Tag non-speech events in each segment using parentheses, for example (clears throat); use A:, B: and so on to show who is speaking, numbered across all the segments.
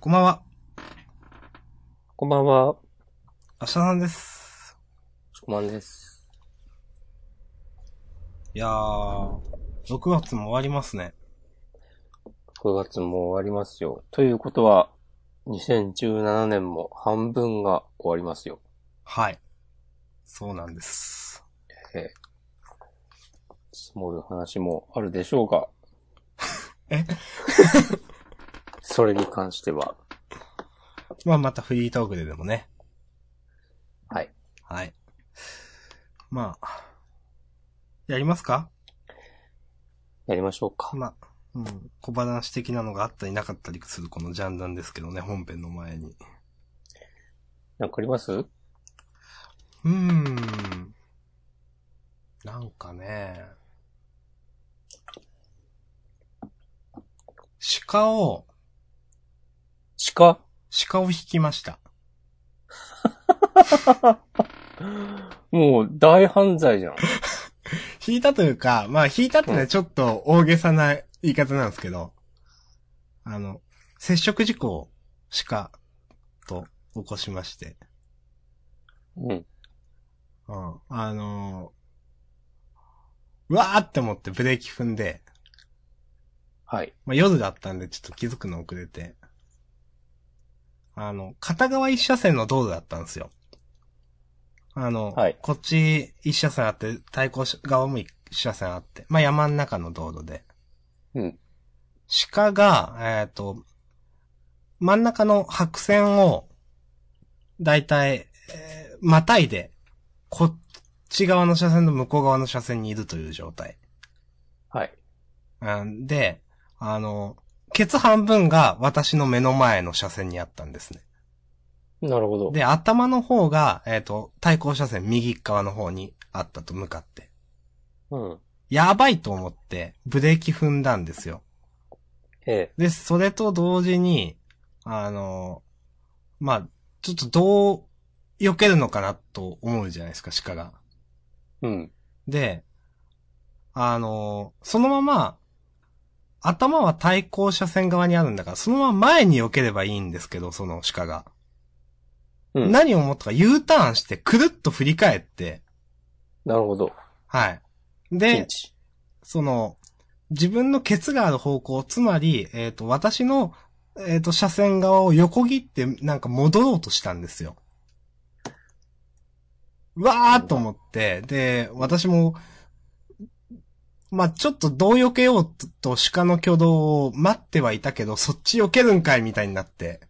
A: こんばんは。
B: こんばんは。
A: 明日さんです。
B: こまんです。
A: いやー、6月も終わりますね。
B: 9月も終わりますよ。ということは、2017年も半分が終わりますよ。
A: はい。そうなんです。
B: えー積もる話もあるでしょう (laughs) が。
A: え
B: (laughs) それに関しては、
A: まあまたフリートークででもね。
B: はい。
A: はい。まあ、やりますか
B: やりましょうか。
A: まあ、うん、小話的なのがあったりなかったりするこのジャンダンですけどね、本編の前に。
B: なんかあります
A: うーん。なんかね、鹿を、
B: 鹿
A: 鹿を引きました。
B: もう大犯罪じゃん。
A: 引いたというか、まあ引いたってのはちょっと大げさな言い方なんですけど、あの、接触事故を鹿と起こしまして、
B: うん。
A: うん。あのーうわーって思ってブレーキ踏んで、
B: はい。
A: まあ夜だったんでちょっと気づくの遅れて、あの、片側一車線の道路だったんですよ。あの、
B: はい
A: こっち一車線あって、対向側も一車線あって、まあ山の中の道路で。
B: うん。
A: 鹿が、えっ、と、真ん中の白線を、だいたい、えーまたいで、こっち側の車線と向こう側の車線にいるという状態。
B: はい。
A: うんで、あの、ケツ半分が私の目の前の車線にあったんですね。
B: なるほど。
A: で、頭の方が、えっ、と、対向車線右側の方にあったと向かって。
B: うん。
A: やばいと思って、ブレーキ踏んだんですよ。
B: え
A: で、それと同時に、あの、まあ、ちょっとどう避けるのかなと思うじゃないですか、鹿が。
B: え。うん。
A: で、あの、そのまま、頭は対向車線側にあるんだから、そのまま前に避ければいいんですけど、その鹿が。
B: うん。な
A: 何を思ったか U ターンして、くるっと振り返って、
B: るほど。
A: はい。
B: ピ
A: で
B: ン、チ。
A: その、自分のケツがある方向、つまり、えっ、と、私の、えっ、と、車線側を横切って、なんか戻ろうとしたんですよ。うわーっと思って、で、私も、まあ、ちょっとどう避けようと鹿の挙動を待ってはいたけど、そっち避けるんかいみたいになって。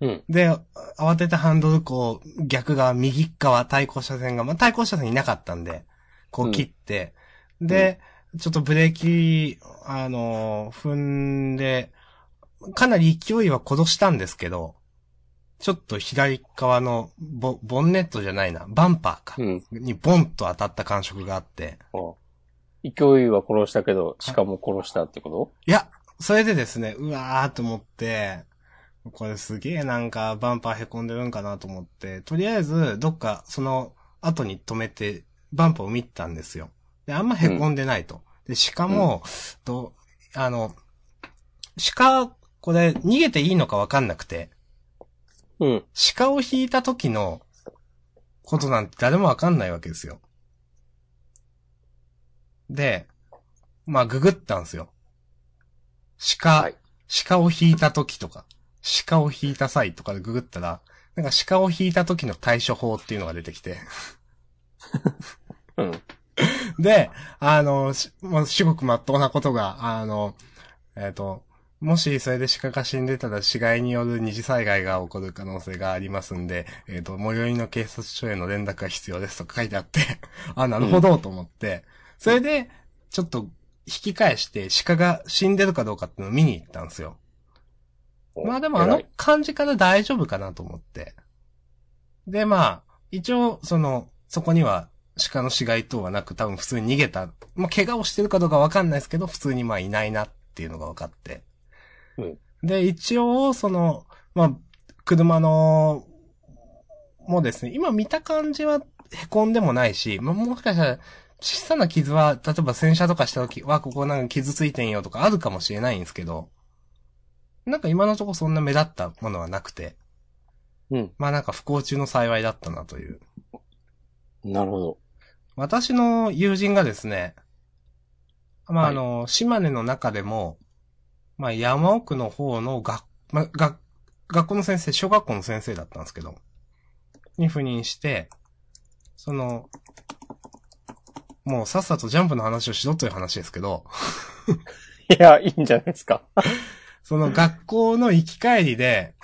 B: うん。
A: で、慌ててハンドルこう、逆側、右側、対向車線が、まあ、対向車線いなかったんで、こう切って、で、ちょっとブレーキ、あのー踏んで、かなり勢いは殺したんですけど、ちょっと左側のボ、ボンネットじゃないな、バンパーか
B: う、ん。
A: にボンと当たった感触があって、
B: あ勢いは殺したけど、鹿も殺したってこと
A: いや、それでですね、うわーと思って、これすげえなんかバンパー凹んでるんかなと思って、とりあえずどっかその後に止めてバンパーを見たんですよ。で、あんま凹んでないと。で、鹿も、と、あの、鹿、これ逃げていいのかわかんなくて、
B: うん。
A: 鹿を引いた時のことなんて誰もわかんないわけですよ。で、まあ、ググったんですよ。鹿、
B: はい
A: 鹿を引いた時とか、鹿を引いた際とかでググったら、なんか鹿を引いた時の対処法っていうのが出てきて。
B: うん。
A: で、あの、しもう至極真っ当なことが、あの、えっ、と、もしそれで鹿が死んでたら死骸による二次災害が起こる可能性がありますんで、えっ、と、最寄りの警察署への連絡が必要ですとか書いてあって、 (laughs) あ、なるほどと思って、それで、ちょっと引き返して鹿が死んでるかどうかっていうのを見に行ったんですよ。まあでもあ
B: 偉
A: の
B: い
A: 感じから大丈夫かなと思って。でまあ、一応その、そこには鹿の死骸等はなく多分普通に逃げた。まあ怪我をしてるかどうかわかんないですけど、普通にまあいないなっていうのが分かって。
B: うん
A: で、一応その、まあ、車の、もうですね、今見た感じは凹んでもないし、まあもしかしたら小さな傷は、例えば洗車とかした時は、ここなんか傷ついてんよとかあるかもしれないんですけど、なんか今のところそんな目立ったものはなくて、
B: うん。
A: まあなんか不幸中の幸いだったなという。
B: なるほど。 (laughs)
A: 私の友人がですね、まあ、
B: はい
A: あの、島根の中でも、まあ、山奥の方の学、まあ、学、学校の先生、小学校の先生だったんですけど、に赴任して、その、もうさっさとジャンプの話をしろという話ですけど、
B: いや、いいんじゃないですか。
A: その学校の行き帰り
B: (laughs)
A: で、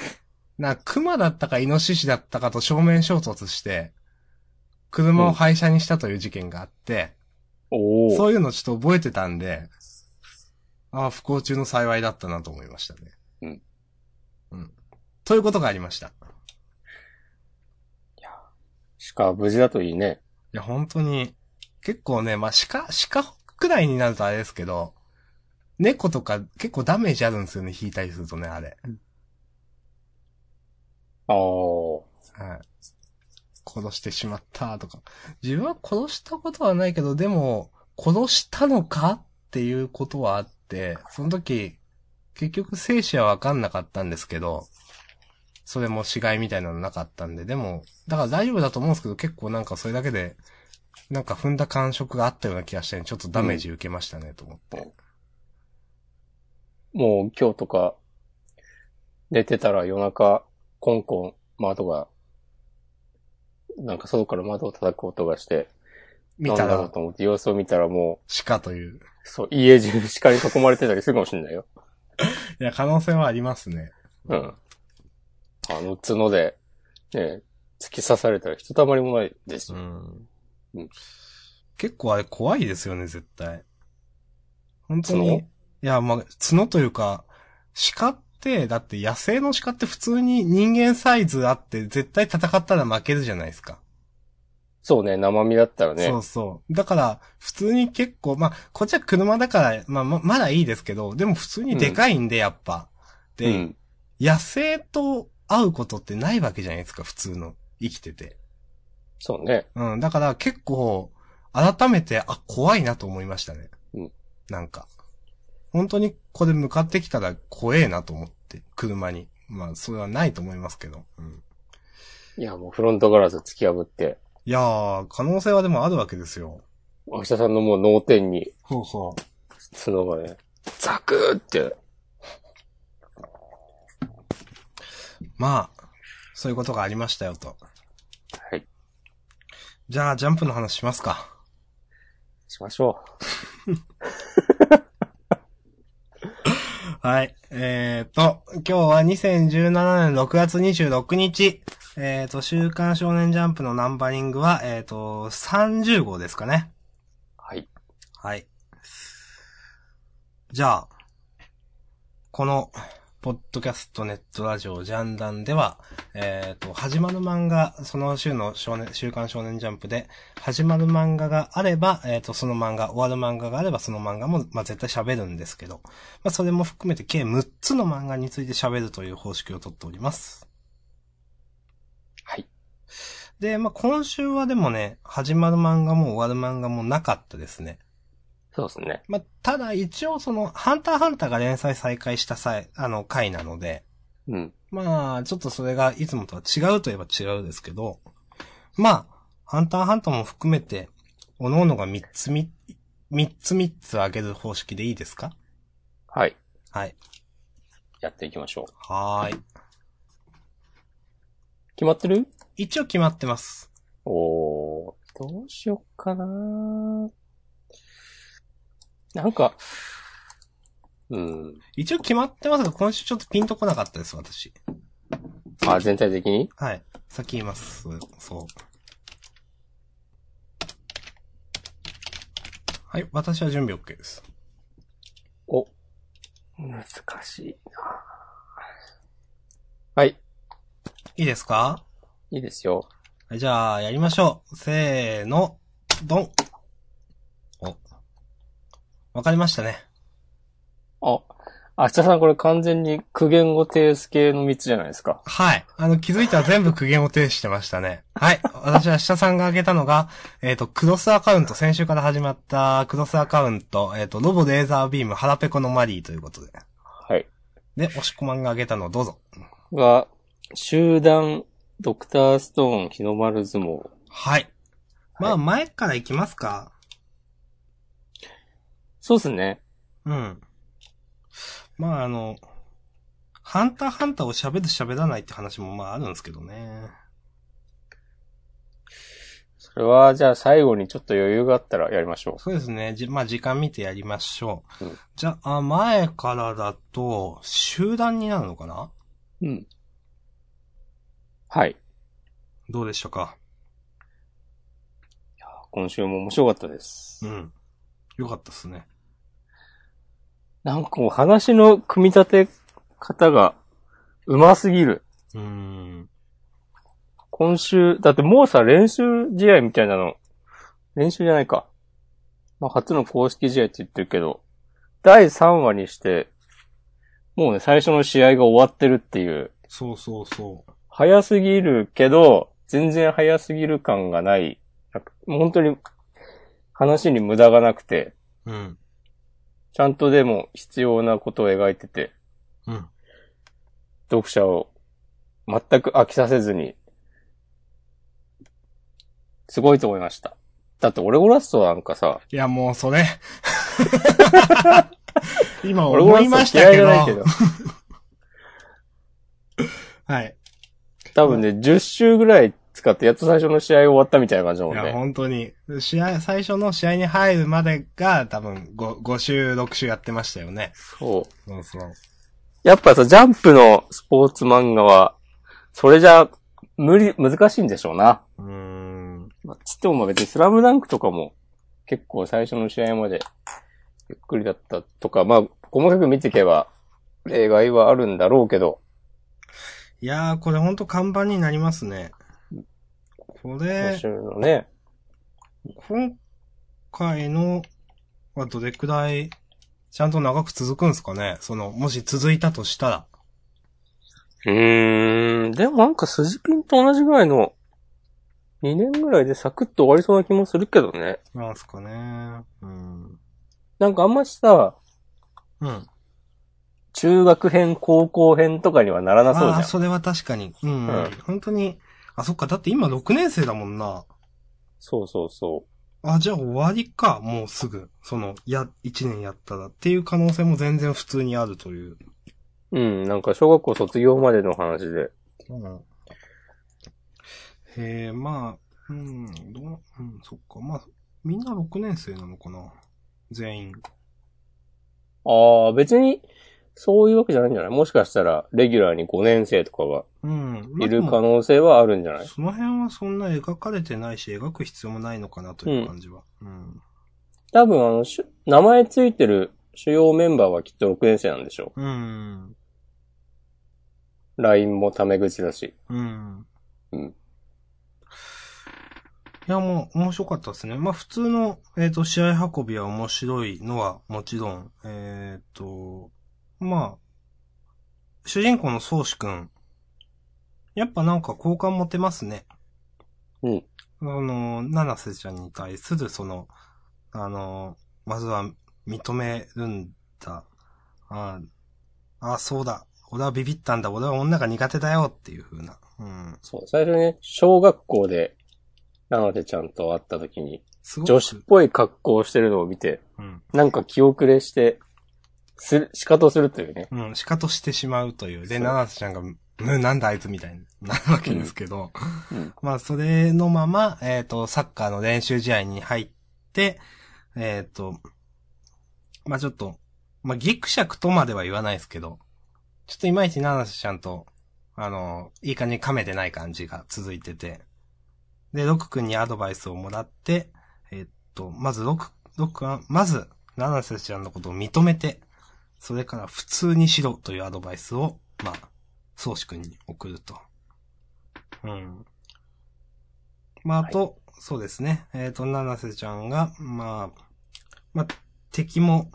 A: な、熊だったかイノシシだったかと正面衝突して、車を廃車にしたという事件があって、
B: おお。
A: そういうのちょっと覚えてたんで、ああ、不幸中の幸いだったなと思いましたね。
B: うん。
A: うん。ということがありました。い
B: 鹿無事だといいね。
A: や、本当に、結構ね、まあ、鹿、鹿くらいになるとあれですけど、猫とか結構ダメージあるんですよね、引いたりするとね、あれ。
B: ああ。
A: はい。殺してしまったとか。自分は殺したことはないけど、でも、殺したのかっていうことはあって、その時、結局生死はわかんなかったんですけど、それも死骸みたいなのなかったんで、でも、だから大丈夫だと思うんですけど、結構なんかそれだけで、なんか踏んだ感触があったような気がして、ちょっとダメージ受けましたね、と思って。
B: もう今日とか、寝てたら夜中、コンコン、窓が、なんか外から窓を叩く音がして、
A: 見た
B: なんだろう
A: ら、
B: と思って様子を見たらも
A: 鹿という。
B: う、そう、家中鹿に囲まれてたりするかもしれないよ。
A: いや、可能性はありますね。
B: うん。あの角で、ね、突き刺されたらひとたまりもないですよ。うん
A: 結構あれ怖いですよね、絶対。本当
B: 角
A: に。いや、まあ、角というか、鹿って、だって野生の鹿って普通に人間サイズあって、絶対戦ったら負けるじゃないですか。
B: そうね、生身だったらね
A: そ。うそう。だから、普通に結構、まあ、こっちは車だから、まあ、ままだいいですけど、でも普通にでかいんで、やっぱ。
B: う
A: で、
B: ん。
A: 野生と会うことってないわけじゃないですか、普通の。生きてて。
B: そうね。
A: うん、だから結構、改めて、あ、怖いなと思いましたね。
B: うん
A: なんか。本当にこれ向かってきたら怖えなと思って、車に。まあ、それはないと思いますけど。うん。
B: いや、もうフロントガラス突き破って、
A: いやー、可能性はでもあるわけですよ。
B: 明日さんのもう脳天に
A: そうそ
B: 角がね、ザクーって、
A: う。まあ、そういうことがありましたよと。
B: はい、
A: じゃあ、ジャンプの話しますか。
B: しましょ
A: はい。えーと、今日は2017年6月26日。えーと、週刊少年ジャンプのナンバリングは、えーと、30号ですかね。
B: う。はい。
A: はい。じゃあ、この、ポッドキャストネットラジオジャンダンでは、えっ、と、始まる漫画、その週の少年、週刊少年ジャンプで、始まる漫画があれば、えっ、と、その漫画、終わる漫画があれば、その漫画も、まあ、絶対喋るんですけど、まあ、それも含めて計6つの漫画について喋るという方式をとっております。
B: はい。
A: で、まあ、今週はでもね、始まる漫画も終わる漫画もなかったですね。
B: そうですね。
A: まあ、ただ一応その、ハンターハンターが連載再開した際、あの、回なので、
B: うん。
A: まあ、ちょっとそれがいつもとは違うといえば違うですけど、まあ、ハンターハンターも含めて、各々が3つみ、3つ3つ上げる方式でいいですか
B: はい。
A: はい。
B: やっていきましょう。
A: はーい。
B: 決まってる
A: 一応決まってます。
B: おー、どうしよっかななんか、うん。
A: 一応決まってますが、今週ちょっとピンとこなかったです、私。
B: あ、全体的に
A: はい。先言います。そう。はい、私は準備 OK です。
B: お、難しいなはい。
A: いいですか
B: いいですよ。
A: はいじゃあ、やりましょう。せーの、ドン。お。わかりましたね。
B: あ、明日さんこれ完全に苦言語定数系の3つじゃないですか。
A: はい。あの、気づいたら全部苦言を呈してましたね。はい。私は下さんが挙げたのが、えっ、と、クロスアカウント、先週から始まったクロスアカウント、えっ、と、ロボレーザービーム、腹ペコのマリーということで。
B: はい。
A: で、押し込まんが挙げたのどうぞ。
B: は、集団、ドクターストーン、日の丸相撲。
A: はい。ま
B: は
A: あ、
B: い
A: 前から行きますか。
B: そうですね。
A: うん。まあ、あの、ハンターハンターを喋る喋らないって話もまああるんですけどね。
B: それは、じゃあ最後にちょっと余裕があったらやりましょ
A: そうですね。じ、まあ、時間見てやりましょう。
B: うん
A: じゃあ、前からだと、集団になるのかな
B: う。うん。はい。
A: どうでしたか
B: 今週も面白かったです。
A: うん。よかったっすね。
B: なんかもう話の組み立て方が上手すぎる。
A: うーん。
B: 今週、だってもうさ、練習試合みたいなの、練習じゃないか。まあ、初の公式試合って言ってるけど、第3話にして、もうね、最初の試合が終わってるっていう、
A: そうそうそう。
B: 早すぎるけど、全然早すぎる感がない。なんかもう本当に、話に無駄がなくて、
A: うん。
B: ちゃんとでも必要なことを描いてて、
A: うん。
B: 読者を全く飽きさせずに、すごいと思いました。だって、オレゴラストなんかさ、
A: いや、もう、それ。 (laughs) 今、
B: オレゴ
A: 思
B: ラ
A: いま
B: ス
A: し
B: ト
A: た
B: 嫌い
A: け
B: じゃ
A: ど。
B: ないけど、
A: はい。
B: 多分ね、10周ぐらい使って、やっと最初の試合終わったみたいな感じだも
A: い
B: ん
A: や、
B: ね。
A: 本当に。試合、最初の試合に入るまでが、多分5、5週、6週やってましたよね。
B: そう。
A: そうそう。
B: やっぱさ、ジャンプのスポーツ漫画は、それじゃ、無理、難しいんでしょうな。
A: うーん。
B: まあつってもまあ別にスラムダンクとかも、結構最初の試合まで、ゆっくりだったとか、まあ、細かく見ていけば、例外はあるんだろうけど、
A: いやー、これ本当看板になりますね。こ
B: 今
A: れ、
B: 週のね。
A: 今回のはどれくらい、ちゃんと長く続くんですかねその、もし続いたとしたら。
B: うーん。でもなんか筋金と同じぐらいの、2年ぐらいでサクッと終わりそうな気もするけどね。
A: なんすかねうん。
B: なんかあんましさ、
A: うん。
B: 中学編、高校編とかにはならなそう
A: あ
B: じゃ
A: あ、
B: ん。
A: それは確かに。うん。
B: うん
A: 本当に。あ、そっか。だって今6年生だもんな。
B: そうそうそ
A: あ、じゃあ終わりか。もうすぐ。その、や、1年やったらっていう可能性も全然普通にあるという。
B: う。うん、なんか小学校卒業までの話で。
A: うん。へえ、まあ、うん、どう、うん、そっか。まあ、みんな6年生なのかな。全員。
B: ああ、別に、そういうわけじゃないんじゃないもしかしたら、レギュラーに5年生とかが
A: うん。まあ
B: い
A: で
B: る
A: も
B: 可能性はあるんじゃない
A: その辺はそんな描かれてないし、描く必要もないのかなという感じは。うん。
B: 多分、あの、しゅ名前ついてる主要メンバーはきっと6年生なんでしょ
A: うん。
B: う。LINE もタメ口だし。
A: うん。
B: うん
A: いや、もう、面白かったですね。まあ、普通の、えっ、と、試合運びは面白いのは、もちろん、えっ、と、まあ、主人公の宗志くん。やっぱなんか好感持てますね。
B: うん。
A: あの、七瀬ちゃんに対する、その、あの、まずは認めるんだ。ああ、そうだ。俺はビビったんだ。俺は女が苦手だよっていう風な。うん。
B: そう、最初にね、小学校で、なのでちゃんと会った時に、
A: すごく。
B: 女子っぽい格好をしてるのを見て、
A: うん。
B: なんか気遅れして、する、仕方するというね。
A: うん。仕方してしまうという。で、
B: そう
A: 七瀬ちゃんが、む、なんだあいつみたいに (laughs) なるわけですけど。
B: うん。
A: まあ、それのまま、えっ、と、サッカーの練習試合に入って、えっ、と、まあちょっと、まあギクシャクとまでは言わないですけど、ちょっといまいち七瀬ちゃんと、あの、いい感じに噛めてない感じが続いてて、で、ロク君にアドバイスをもらって、えっ、と、まずロク、ロクは、まず、七瀬ちゃんのことを認めて、それから普通にしろというアドバイスを、まあ、宗志君に送ると。うん。まあ、あと、そうですね。えっ、と、七瀬ちゃんが、まあ、まあ、敵も、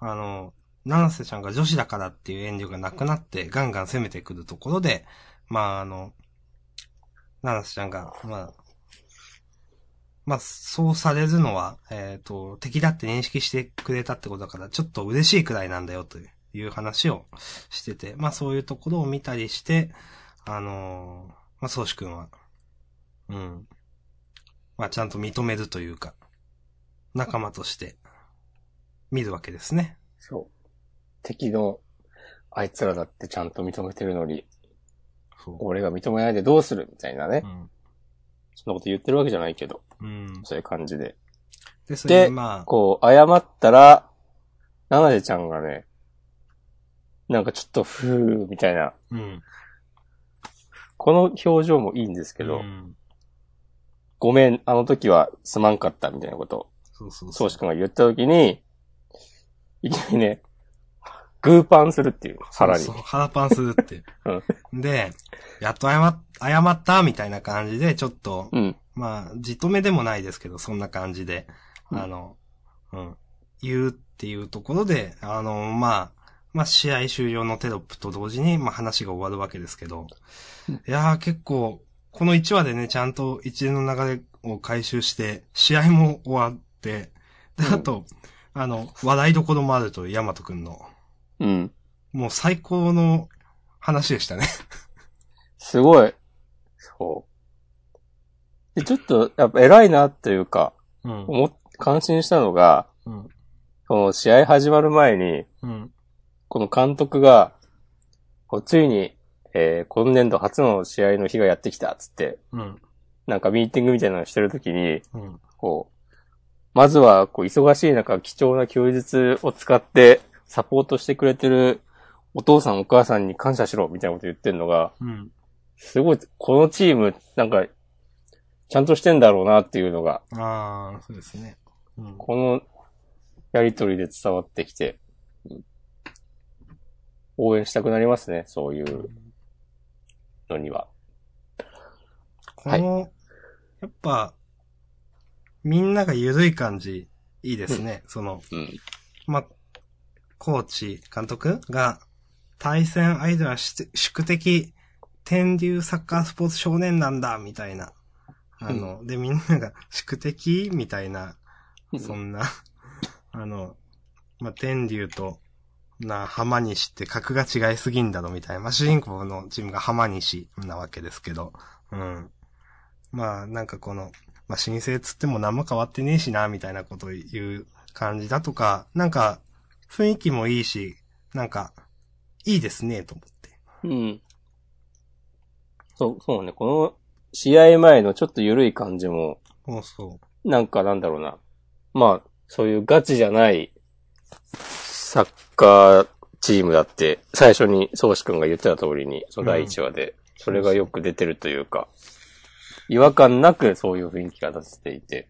A: あの、七瀬ちゃんが女子だからっていう遠慮がなくなって、ガンガン攻めてくるところで、まあ、あの、七瀬ちゃんが、まあ、まあ、そうされるのは、えっ、と、敵だって認識してくれたってことだから、ちょっと嬉しいくらいなんだよという。いう話をしてて、まあそういうところを見たりして、あのーまあ、宗主君は、うん。まあちゃんと認めるというか、仲間として、見るわけですね。
B: そう。敵の、あいつらだってちゃんと認めてるのに、
A: そ
B: 俺が認めないでどうするみたいなね
A: う。。うん。
B: そんなこと言ってるわけじゃないけど、
A: うん。
B: そういう感じで。
A: で、それで、
B: で
A: まあ、
B: こう、謝ったら、ナナデちゃんがね、なんかちょっと、ふー、みたいな。
A: うん。
B: この表情もいいんですけど、
A: うん
B: ごめん、あの時はすまんかった、みたいなことを、
A: そうそうそ
B: 宗
A: う。
B: 主君が言った時に、いきなりね、グーパンするっていう、腹に。
A: そうそう腹パンするって
B: (laughs)
A: いうで、やっと謝っ、謝ったみたいな感じで、ちょっと、
B: うん。
A: まあ、じとめでもないですけど、そんな感じで、
B: うん
A: あの、うん、言うっていうところで、あの、まあ、まあ、試合終了のテロップと同時に、まあ、話が終わるわけですけど、
B: うん
A: いやー結構、この1話でね、ちゃんと一連の流れを回収して、試合も終わって、で、あと、あの、笑いどころもあるという、ヤマトくんの、
B: うん。
A: もう最高の話でしたね。
B: すごい。そう。で、ちょっと、やっぱ偉いなというか、
A: うん
B: 思っ、感心したのが、
A: うん。
B: その試合始まる前に、
A: うん。
B: この監督が、こうついに、えー今年度初の試合の日がやってきた、つって、
A: うん。
B: なんかミーティングみたいなのしてるときに、
A: うん。
B: こう、まずは、こう、忙しい中、貴重な休日を使って、サポートしてくれてるお父さんお母さんに感謝しろ、みたいなこと言ってるのが、
A: うん。
B: すごい、このチーム、なんか、ちゃんとしてんだろうなっていうのが、
A: ああ、そうですね。うん。
B: このやりとりで伝わってきて、うん応援したくなりますね、そういうのには。
A: この、やっぱ、みんなが緩い感じ、いいですね。その、
B: うん。
A: ま、コーチ、監督が、対戦相手はし宿敵、天竜サッカースポーツ少年なんだ、みたいな。あの、で、みんなが、宿敵みたいな、そんな、 (laughs) あの、まあ、天竜と、な、浜西って格が違いすぎんだろ、みたいな。まあ、主人公のチームが浜西なわけですけど、うん。まあ、なんかこの、まあ、申請つっても何も変わってねえしな、みたいなことを言う感じだとか、なんか、雰囲気もいいし、なんか、いいですね、と思って。
B: うん。そう、そうね、この試合前のちょっと緩い感じも、
A: そうそ
B: なんかなんだろうな。まあ、そういうガチじゃないサッカーチームだって、最初に宗志くんが言ってた通りに、その第1話で、それがよく出てるというか、違和感なくそういう雰囲気が出せていて、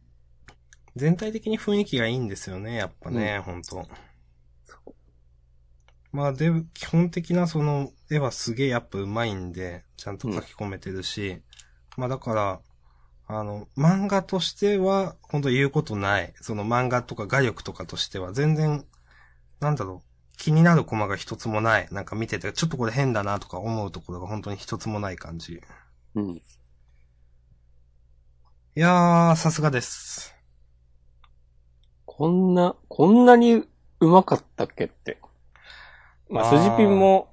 A: う。全体的に雰囲気がいいんですよね、やっぱね、ほんと。まあで、基本的なその絵はすげえやっぱ上手いんで、ちゃんと書き込めてるし、まあだから、あの、漫画としては、本当言うことない。その漫画とか画力とかとしては、全然、なんだろう、気になるコマが一つもない。なんか見てて、ちょっとこれ変だなとか思うところが本当に一つもない感じ。
B: うん。
A: いやー、さすがです。
B: こんな、こんなにうまかったっけって。まあ、
A: あー
B: 筋ピンも、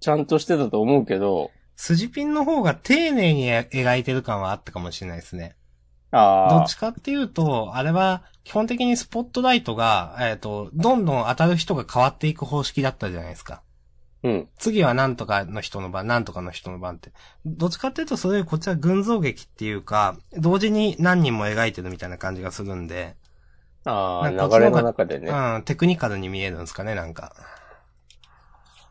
B: ちゃんとしてたと思うけど、
A: 筋ピンの方が丁寧に描いてる感はあったかもしれないですね。ど
B: あ
A: っちかっていうと、あれは、基本的にスポットライトが、えっ、と、どんどん当たる人が変わっていく方式だったじゃないですか。
B: あ、うん、
A: 次はなんとかの人の番、なんとかの人の番って。どっちかっていうと、それよりこっちは群像劇っていうか、同時に何人も描いてるみたいな感じがするんで、
B: ああ、
A: なんか
B: 流れの中でね。
A: うん、テクニカルに見えるんですかね、なんか。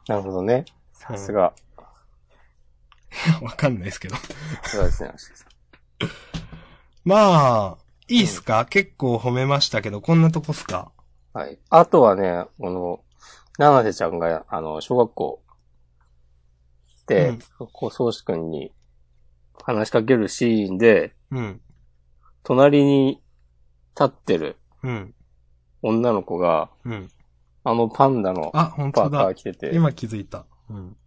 B: なるほどね。さすが。
A: (laughs) わかんないですけど。
B: そうですね。
A: (laughs) まあ、いいっすか、結構褒めましたけど、こんなとこっすか
B: はい。あとはね、この、七瀬ちゃんが、あの、小学校で、こう、宗志くんに話しかけるシーンで、
A: うん、
B: 隣に立ってる
A: うん、
B: 女の子が、
A: うん。
B: あのパンダの
A: あ、本
B: パ
A: 当
B: ーカ
A: だ
B: ー。着てて、
A: 今気づいた。うん。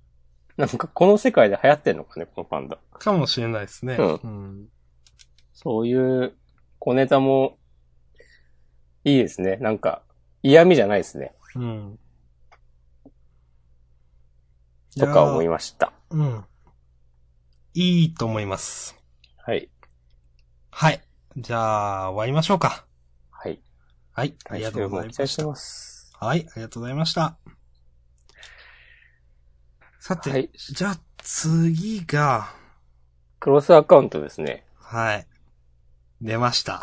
B: なんかこの世界で流行ってんのかね、このパンダ。
A: かもしれないですね。
B: うん
A: うん
B: そういう小ネタも、いいですね。なんか、嫌味じゃないですね。
A: うん。
B: とか思いました。
A: うん。いいと思います。
B: はい。
A: はい。じゃあ、終わりましょうか。
B: はい。
A: はい。ありがとうございま
B: 期待し
A: してた。
B: ます。
A: はい。ありがとうございました。さて、
B: はい。
A: じゃあ次が、
B: クロスアカウントですね。
A: はい。出ました。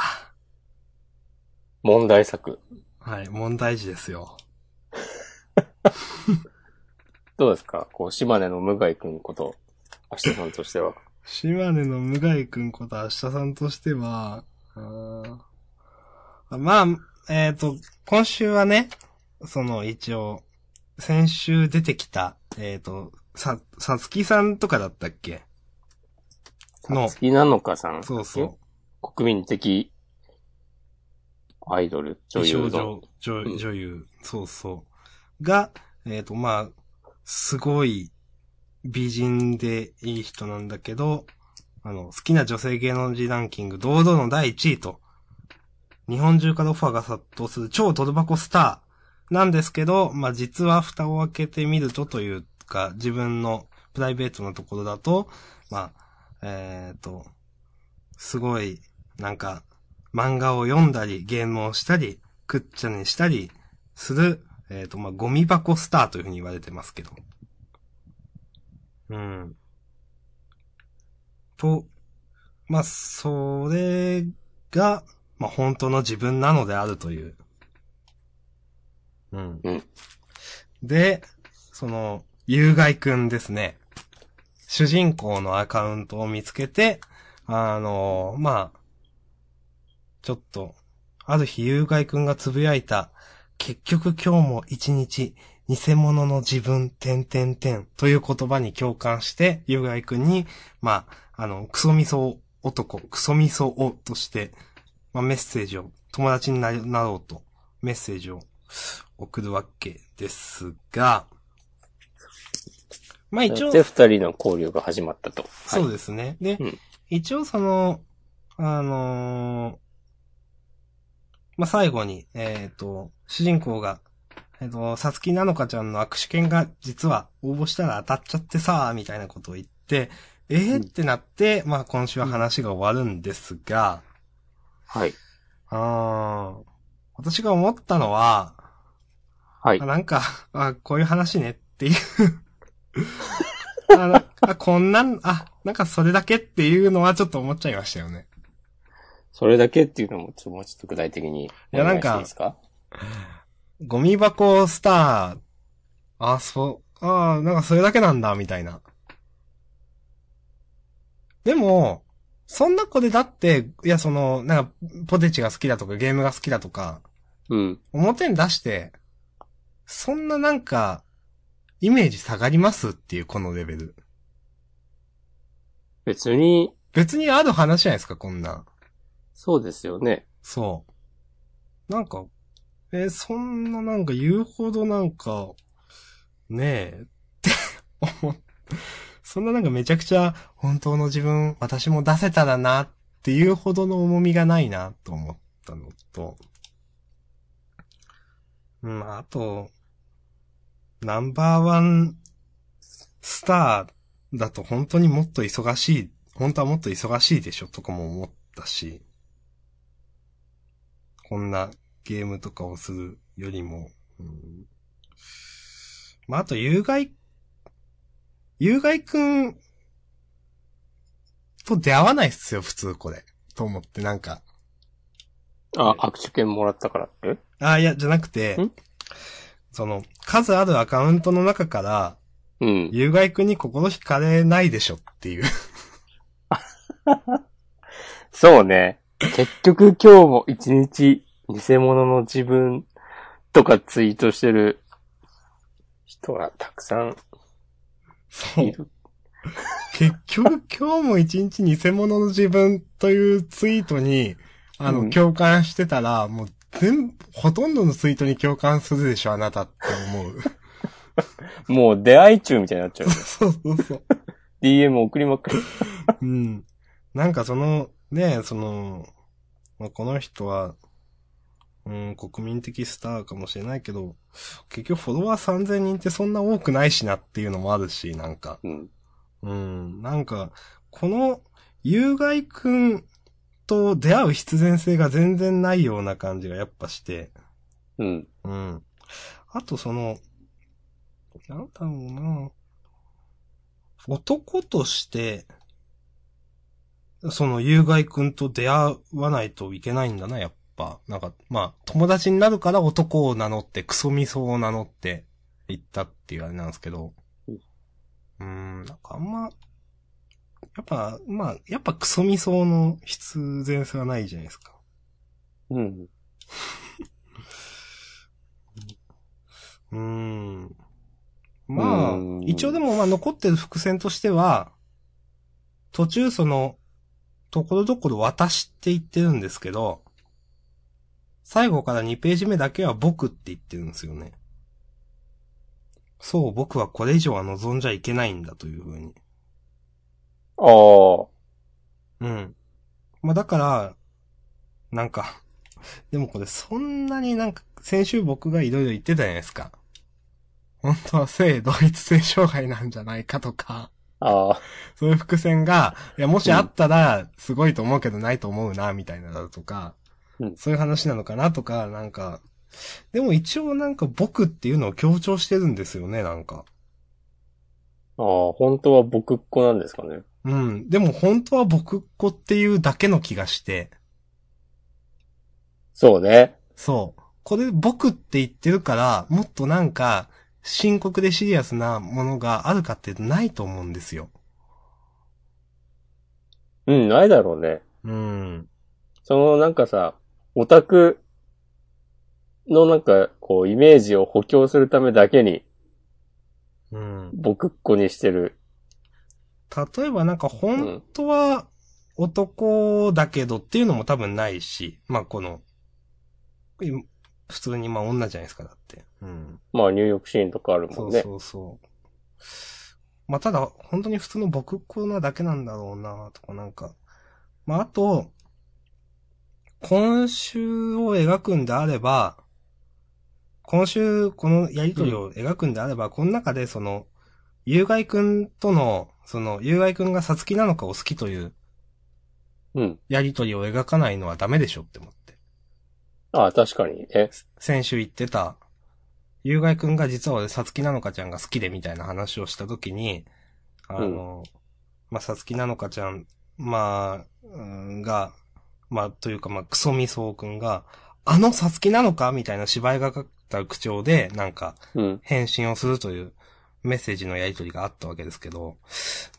B: 問題作。
A: はい。問題児ですよ。
B: どうですかこう、島根の向井くんこと、明日さんとしては。
A: 島根の向井くんこと明日さんとしては、うーんまあ、えっ、と、今週はね、その一応、先週出てきた、えっ、と、さ、さつきさんとかだったっけの
B: 好、きなのかさん。
A: そうそう。
B: 国民的アイドル、女優
A: 美少
B: の。
A: 女
B: う
A: 女
B: ん
A: 女優、そうそう。が、えっ、と、まあ、すごい美人でいい人なんだけど、あの、好きな女性芸能人ランキング堂々の第1位と、日本中からオファーが殺到する超ドル箱スターなんですけど、まあ実は蓋を開けてみるとというか、自分のプライベートなところだと、まあ、えっ、と、すごい、なんか、漫画を読んだり、ゲームをしたり、くっちゃにしたりする、えっ、と、まあ、ゴミ箱スターというふうに言われてますけど。うん。と、まあ、それが、まあ、本当の自分なのであるという。うん。
B: うん
A: で、その、有害くんですね。主人公のアカウントを見つけて、あの、まあ、ちょっと、ある日、有害くんがつぶやいた、結局今日も一日、偽物の自分、点点点という言葉に共感して、有害くんに、まあ、あの、クソミソ男、クソミソをとして、まあ、メッセージを、友達になりなろうと、メッセージを送るわけですが、まあ一応、
B: で、二人の交流が始まったと。はい
A: そうですね。で、
B: うん
A: 一応その、あのーまあ、最後に、えっ、と、主人公が、えっ、と、さつきなのかちゃんの握手券が実は応募したら当たっちゃってさー、みたいなことを言って、えー、
B: うん
A: ってなって、まあ、今週は話が終わるんですが、
B: はい。
A: あー私が思ったのは、
B: はい
A: あ。なんか、あ、こういう話ねっていうあなあ、こんなん、あ、なんかそれだけっていうのはちょっと思っちゃいましたよね。
B: それだけっていうのも、ちょもうちょっと具体的に。い
A: やなんか
B: いですか
A: ゴミ箱スター、あ、そう、ああ、なんかそれだけなんだ、みたいな。でも、そんな子でだって、いや、その、なんか、ポテチが好きだとか、ゲームが好きだとか、
B: うん。
A: 表に出して、そんななんか、イメージ下がりますっていう、このレベル。
B: 別に、
A: 別にある話じゃないですか、こんなん。
B: そうですよね。
A: そう。なんか、えーそんななんか言うほどなんか、ねえ、って思っ、そんななんかめちゃくちゃ本当の自分、私も出せたらなっていうほどの重みがないなと思ったのと、うん、あと、ナンバーワンスターだと本当にもっと忙しい、本当はもっと忙しいでしょとかも思ったし、こんなゲームとかをするよりも、うんまあ、あと、有害、有害くんと出会わないっすよ、普通これ。と思って、なんか。
B: あ、握手券もらったからって
A: ああ、いや、じゃなくて
B: ん、
A: その、数あるアカウントの中から、
B: うん。
A: 有害くんに心惹かれないでしょって
B: (laughs)
A: いう。
B: そうね。結局今日も一日偽物の自分とかツイートしてる人がたくさん
A: そ。
B: いうる。
A: 結局今日も一日偽物の自分というツイートに、あの、
B: うん
A: 共感してたら、もう全部、ほとんどのツイートに共感するでしょ、あなたって思う。
B: (laughs) もう出会い中みたいになっ (laughs) ちゃう。
A: (laughs) そうそうそう。
B: DM 送りまくる。
A: うん。なんかその、ねえその、まあこの人は、うん、国民的スターかもしれないけど、結局フォロワー3000人ってそんな多くないしなっていうのもあるし、なんか。
B: うん。
A: うん、なんか、この、有害くんと出会う必然性が全然ないような感じがやっぱして、
B: うん。
A: うん。あとその、なんだろうな男として、その有害くんと出会わないといけないんだな、やっぱ。なんか、まあ、友達になるから男を名乗って、クソミソを名乗って言ったっていうあれなんですけど。
B: う
A: うーん、なんかあんま、やっぱ、まあ、やっぱクソミソの必然性はないじゃないですか。
B: うん。
A: うーん。まあ
B: うーん、
A: 一応でもまあ残ってる伏線としては、途中その、ところどころ私って言ってるんですけど、最後から2ページ目だけは僕って言ってるんですよね。そう、僕はこれ以上は望んじゃいけないんだというふうに。
B: ああ。
A: うん。まあだから、なんか、 (laughs) でもこれそんなになんか、先週僕がいろいろ言ってたじゃないですか。本当は性同一性障害なんじゃないかとか、 (laughs)
B: ああ。
A: そういう伏線が、いや、もしあったら、すごいと思うけどないと思うな、みたいなのだとか、
B: うん
A: そういう話なのかなとか、なんか、でも一応なんか僕っていうのを強調してるんですよね、なんか。
B: ああ、本当は僕っ子なんですかね。
A: うん。でも本当は僕っ子っていうだけの気がして、
B: そうね。
A: そう。これ僕って言ってるから、もっとなんか、深刻でシリアスなものがあるかってないと思うんですよ。
B: うん、ないだろうね。
A: うん。
B: そのなんかさ、オタクのなんか、こう、イメージを補強するためだけに、
A: うん。
B: 僕っ子にしてる。
A: 例えばなんか本当は男だけどっていうのも多分ないし、まあこの、い普通にまあ女じゃないですか、だって。うん。
B: まあ、入浴シーンとかある
A: そ
B: もん
A: う
B: ね。
A: そうそう。まあ、ただ、本当に普通の僕っ子なだけなんだろうな、とかなんか。まあ、あと、今週を描くんであれば、今週このやりとりを描くんであれば、この中でその、有害くんとの、その、有害くんがサツキなのかを好きという
B: うん。
A: やりとりを描かないのはダメでしょって思って。
B: ああ、確かに。え、
A: 先週言ってた、有害くんが実は俺、さつきなのかちゃんが好きでみたいな話をしたときに、あの、まあ、さつきなのかちゃん、まあ、うんが、まあ、というか、まあ、クソみそうくんが、あのさつきなのかみたいな芝居がかった口調で、なんか、
B: うん。
A: 返信をするというメッセージのやりとりがあったわけですけど、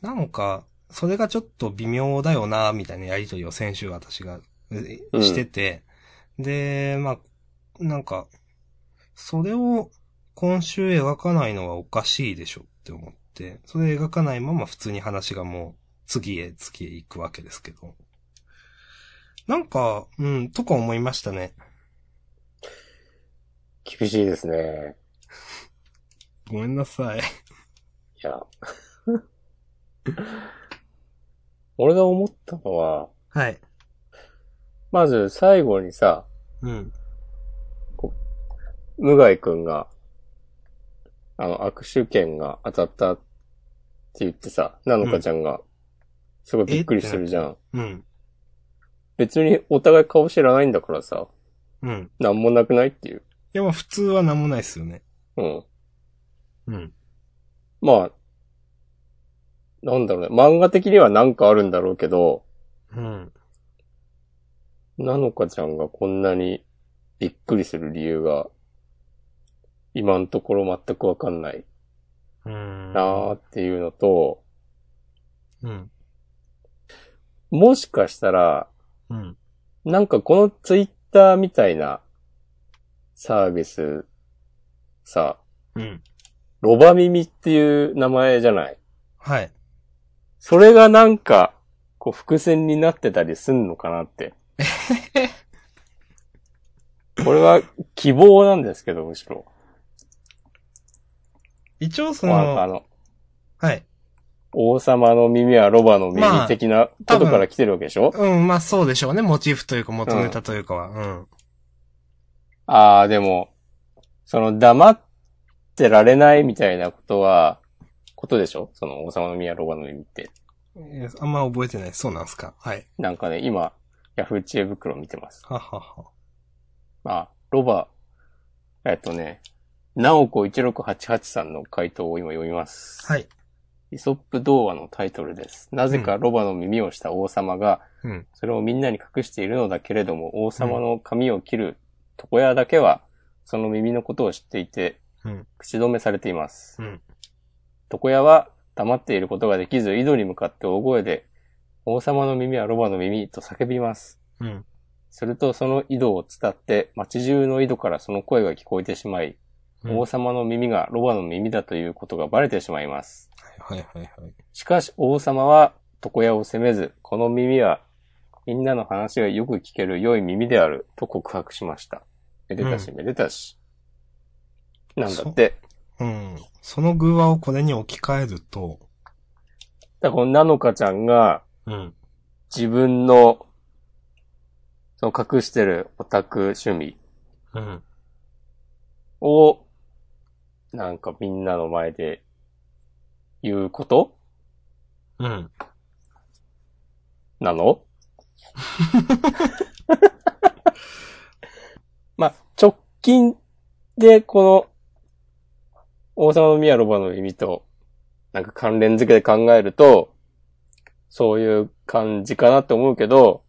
A: なんか、それがちょっと微妙だよな、みたいなやりとりを先週私がえ
B: うん
A: してて、で、まあ、なんか、それを今週描かないのはおかしいでしょって思って、それ描かないまま普通に話がもう次へ次へ行くわけですけど、なんか、うん、とか思いましたね。
B: 厳しいですね。
A: ごめんなさい。
B: いや。 (laughs) 俺が思ったのは、
A: はい。
B: まず最後にさ、
A: うん。
B: 無害くんが、あの、握手券が当たったって言ってさ、なのかちゃんが、すごいびっくりしてるじゃん。
A: うん。
B: 別にお互い顔知らないんだからさ、
A: うん。
B: なんもなくないっていう。
A: いや、まあ普通はなんもないですよね。
B: うん。
A: うん。
B: まあ、なんだろうね。漫画的にはなんかあるんだろうけど、
A: うん。
B: なのかちゃんがこんなにびっくりする理由が、今のところ全くわかんない
A: うん。
B: なーっていうのと、
A: うん。
B: もしかしたら、
A: うん。
B: なんかこのツイッターみたいなサービス、さ、
A: うん。
B: ロバ耳っていう名前じゃない
A: はい。
B: それがなんか、こう伏線になってたりすんのかなって。これは希望なんですけど、むしろ。
A: 一応そ
B: なんかあ
A: の、
B: の、
A: はい。
B: 王様の耳はロバの
A: まあ
B: 耳的なことから来てるわけでしょ、
A: うん、まあそうでしょうね。モチーフというか元ネタというかは。
B: ああ、でも、その黙ってられないみたいなことは、ことでしょその王様の宮ロバの耳って。
A: えーあんま覚えてない。そうなんすかはい。
B: なんかね、今、ヤフー知恵袋見てます。
A: ははは。
B: まあ、ロバ、えっとね、ナオコ1688さんの回答を今読みます。
A: はい。
B: イソップ童話のタイトルです。なぜかロバの耳をした王様が、
A: うん。
B: それをみんなに隠しているのだけれども、王様の髪を切る床屋だけは、その耳のことを知っていて、
A: うん
B: 口止めされています。
A: うん。
B: 床屋は黙っていることができず、井戸に向かって大声で、王様の耳はロバの耳と叫びます。
A: うん。
B: するとその井戸を伝って、町中の井戸からその声が聞こえてしまい、
A: うん
B: 王様の耳がロバの耳だということがバレてしまいます。
A: はいはいはいはい。
B: しかし王様は床屋を責めず、この耳はみんなの話がよく聞ける良い耳であると告白しました。めでたし、めでたし。なんだって。
A: うん。その偶話をこれに置き換えると、
B: だからこのナノカちゃんが
A: うん。
B: 自分の、その隠してるオタク趣味
A: うん。
B: を、なんかみんなの前で言うこと
A: うん。
B: なのまあ、直近で、この、王様の宮ロバの意味と、なんか関連付けで考えると、そういう感じかなって思うけど、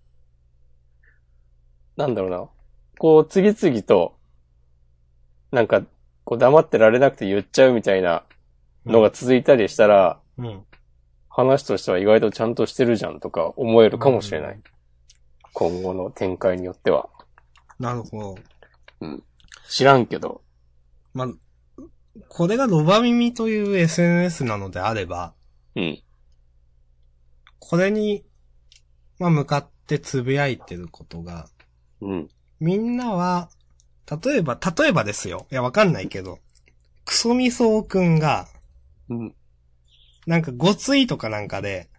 B: なんだろうな。こう、次々と、なんか、こう黙ってられなくて言っちゃうみたいなのが続いたりしたら、
A: うん。
B: 話としては意外とちゃんとしてるじゃんとか思えるかもしれない。
A: う
B: 今後の展開によっては。
A: なるほど。
B: 知らんけど。
A: まあ、これがロバ耳という SNS なのであれば、
B: うん。
A: これに、まあ、向かってつぶやいてることが、
B: うん。
A: みんなは、例えば、例えばですよ。いや、わかんないけど、クソミソウくんが、
B: うん。
A: なんかごついとかなんかで、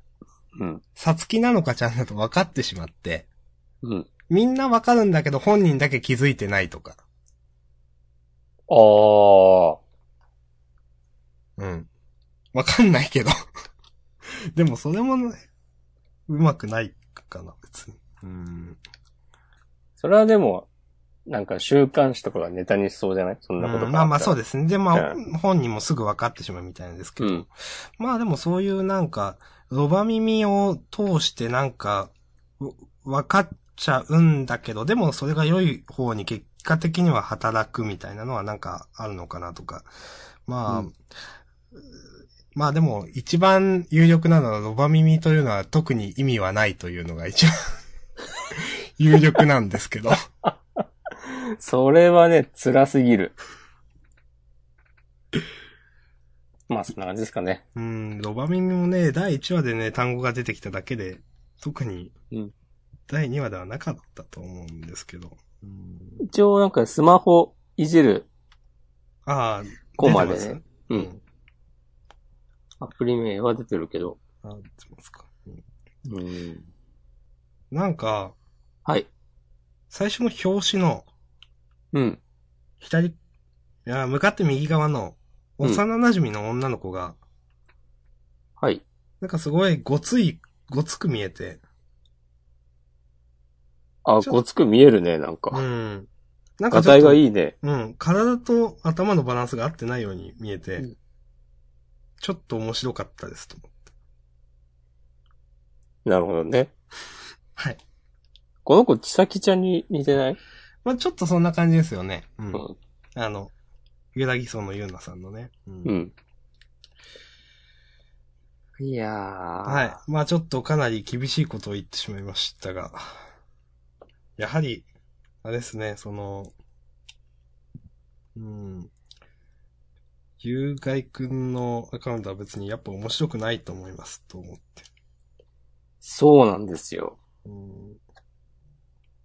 B: うん。
A: さつきなのかちゃんだと分かってしまって、
B: うん。
A: みんな分かるんだけど本人だけ気づいてないとか。
B: あー。
A: うん。分かんないけど。 (laughs) でもそれもね、うまくないかな、別に。うん。
B: それはでも、なんか週刊誌とかがネタにしそうじゃないそんなことが
A: うんまあまあそう
B: で
A: ですね。で、まあ、
B: う
A: 本人もすぐ分かってしまうみたいなんですけど。
B: うん
A: まあでもそういうなんか、ロバ耳を通してなんか、う分かっちゃうんだけど、でもそれが良い方に結果的には働くみたいなのはなんかあるのかなとか。まあ、
B: うん
A: まあでも一番有力なのはロバ耳というのは特に意味はないというのが一番 (laughs) 有力なんですけど。
B: それはね、辛すぎ (laughs) る。まあそんな感じですかね。
A: うん、ロバミミもね、第1話でね、単語が出てきただけで、特に
B: うん、
A: 第2話ではなかったと思うんですけど。うん
B: 一応なんかスマホいじる
A: ああ、
B: コマで
A: 出て
B: ね
A: ま。
B: う。。
A: うん
B: アプリ名は出てるけど。
A: あ出てますか。うん
B: うん。
A: なんか、
B: はい。
A: 最初の表紙の、
B: うん。
A: 左、いや、向かって右側の、
B: うん
A: 幼馴染の女の子が、
B: はい。
A: なんかすごいごつい、ごつく見えて、
B: あ、
A: ちょ
B: ごつく見えるね、なん
A: う
B: か。
A: ん。なん
B: が
A: かちょ
B: た
A: っ
B: いが
A: と、
B: いいね。
A: うん、体と頭のバランスが合ってないように見えて、
B: うん
A: ちょっと面白かったですと。
B: なるほどね。
A: はい。
B: この子、ちさきちゃんに似てない
A: まあちょっとそんな感じですよね。うん。
B: うん
A: あの、ゆらぎそうのゆうなさんのね。うん
B: うん。いやー。
A: は。
B: はい
A: まあちょっとかなり厳しいことを言ってしまいましたが、やはり、あれですね、その、うん。ゆうがいくんのアカウントは別にやっぱ面白くないと思います、と思って。
B: そうなんですよ。
A: うん、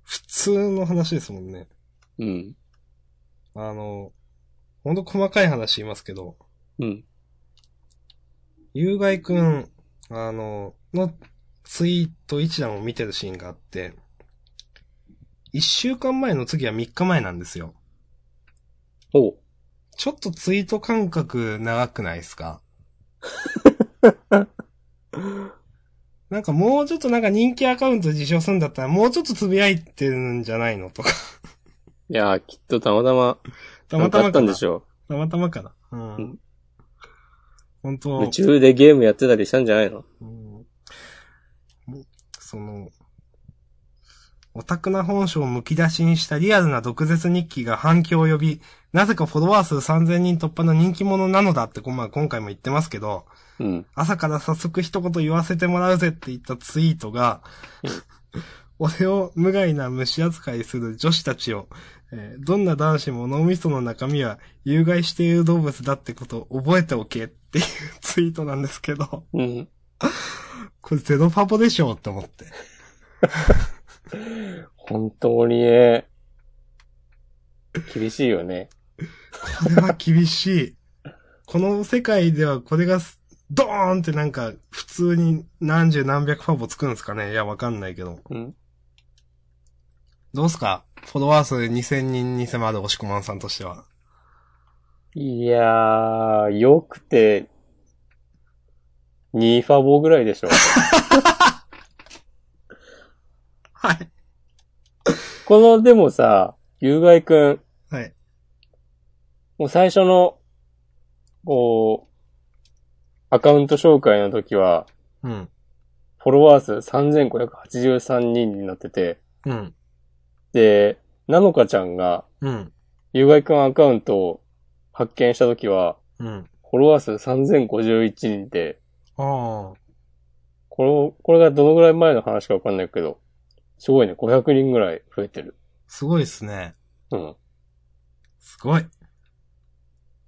A: 普通の話ですもんね。
B: うん。
A: あの、ほんと細かい話言いますけど、
B: うん。
A: ゆうがいくん、あの、のツイート一覧を見てるシーンがあって、一週間前の次は三日前なんですよ。
B: ほう。
A: ちょっとツイート間隔長くないです
B: (laughs)
A: かなんかもうちょっとなんか人気アカウント自称するんだったらもうちょっとつぶやいてるんじゃないのとか。
B: いやー、きっとたまたま、
A: た
B: な
A: ま
B: んか
A: た
B: あ
A: ま
B: った
A: か
B: んで
A: な。
B: しょ
A: たまたまかな。うん。
B: うん
A: 本
B: う。
A: 当
B: 夢中でゲームやってたりしたんじゃないの
A: うんその、オタクな本性を剥き出しにしたリアルな毒舌日記が反響を呼び、なぜかフォロワー数3000人突破の人気者なのだって、こまあ今回も言ってますけど、
B: うん。
A: 朝から早速一言言わせてもらうぜって言ったツイートが、俺を無害な虫扱いする女子たちを、えーどんな男子も脳みその中身は有害している動物だってことを覚えておけっていうツイートなんですけど、
B: うん。
A: これゼロファボでしょって思って。
B: 本当にね、厳しいよね。
A: これは厳しい。この世界ではこれがす、ドーンってなんか、普通に何十何百ファボつくんですかねいや、わかんないけど。
B: うん。
A: どうすかフォロワー数2000人に迫る押し込まんさんとしては。
B: いやー、よくて、2ファボぐらいでしょ。
A: はい。
B: この、でもさ、有害くん、
A: はい。
B: もう最初の、こう、アカウント紹介の時は、
A: うん。
B: フォロワー数3583人になってて、
A: うん。
B: で、なのかちゃんが、
A: うん。
B: 有害くんアカウントを発見した時は、
A: うん。
B: フォロワー数3051人で、
A: ああ。
B: これ、これがどのぐらい前の話かわかんないけど、すごいね、500人ぐらい増えてる。
A: すごいですね。
B: うん。
A: すごい。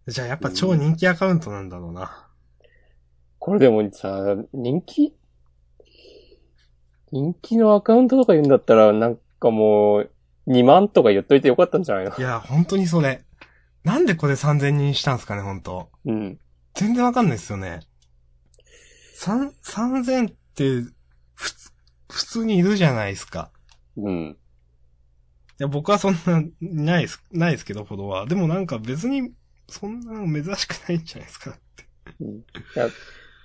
A: じゃあやっぱ超人気アカウントなんだろうな。
B: これでもさ、人気人気のアカウントとか言うんだったら、なんかもう、2万とか言っといてよかったんじゃないの
A: いや、本当にそれ。なんでこれ3000人したんですかね、本当
B: うん。
A: 全然わかんないですよね。三、三千って、ふつ、普通にいるじゃないですか。
B: うん。
A: いや、僕はそんな、ないです、ないですけど、ほどは。でもなんか別に、そんなの珍しくないんじゃないですか。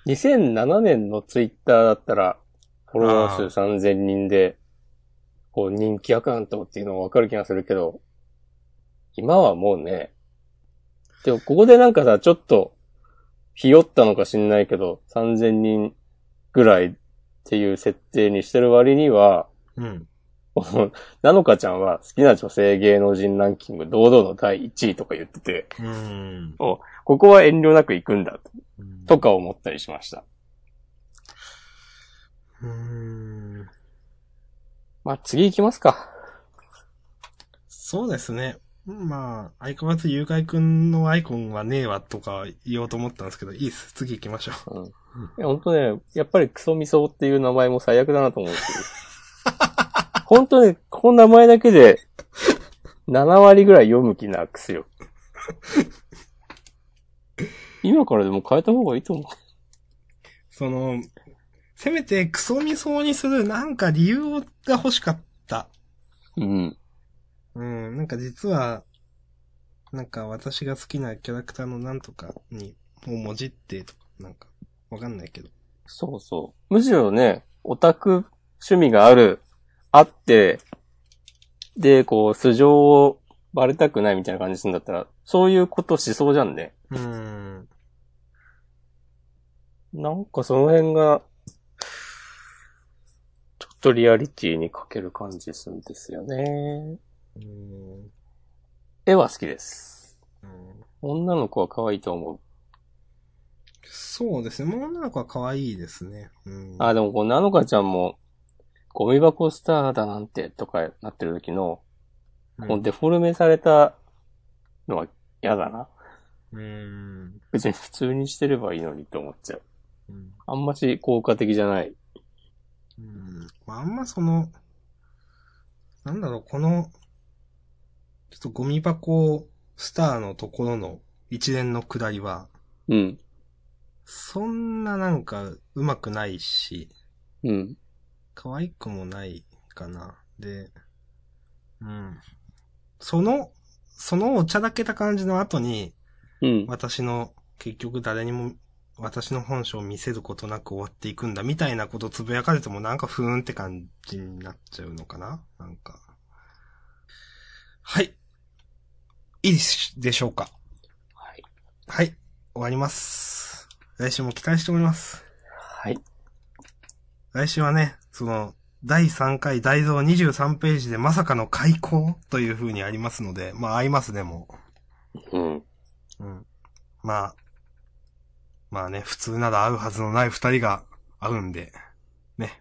B: 2007年のツイッターだったら、フォロワー数3000人で、こう人気アカウントっていうのがわかる気がするけど、今はもうね、でもここでなんかさ、ちょっと、ひよったのか知んないけど、3000人ぐらいっていう設定にしてる割には、
A: うん。
B: この (laughs) なのかちゃんは好きな女性芸能人ランキング堂々の第1位とか言ってて、
A: うーん。
B: ここは遠慮なく行くんだ、とか思ったりしました。
A: うーん。
B: まあ次行きますか。
A: そうですね。まあ、相変わらず誘拐くんのアイコンはねえわとか言おうと思ったんですけど、いいっす。次行きましょう。
B: うん。いや、ほんとね、やっぱりクソミソっていう名前も最悪だなと思うし。 (laughs) ほんとね、この名前だけで、7割ぐらい読む気なくす (laughs) よ。今からでも変えた方がいいと思
A: その、せめてクソみそうにするなんか理由が欲しかった。
B: う。うん。
A: うん、なんか実は、なんか私が好きなキャラクターのなんとかに、もう文字ってとか、なんか、わかんないけど。
B: そうそう。むしろね、オタク趣味がある、あって、で、こう、素性をバレたくないみたいな感じするんだったら、そういうことしそうじゃんね。
A: うーん。
B: なんかその辺が、ちょっとリアリティに欠ける感じするんですよね。
A: うーん。
B: 絵は好きです。
A: うん
B: 女の子は可愛いと思う。
A: そうですね。もう女の子は可愛いですね。うん。
B: あ、でもこう、なのかちゃんも、ゴミ箱スターだなんてとかなってる時の、
A: うん
B: こうデフォルメされたのは嫌だな。
A: うーん。
B: 別に普通にしてればいいのにと思っちゃう。
A: うん
B: あんまし効果的じゃない。
A: うん。まあ、あんまその、なんだろう、この、ちょっとゴミ箱スターのところの一連の下りは、
B: うん。
A: そんななんか上手くないし、
B: うん。
A: 可愛くもないかな。で、うん。その、そのおちゃらけた感じの後に、
B: うん。
A: 私の、結局誰にも、私の本性を見せることなく終わっていくんだ、みたいなことつぶやかれてもなんかふーんって感じになっちゃうのかななんか。はい。いいでしょうか
B: はい。
A: はい。終わります。来週も期待しております。
B: はい。
A: 来週はね、その、第3回大蔵23ページでまさかの開講という風にありますので、まあ合いますでも。
B: うん。
A: うん。まあ、まあね、普通なら会うはずのない二人が会うんで、ね。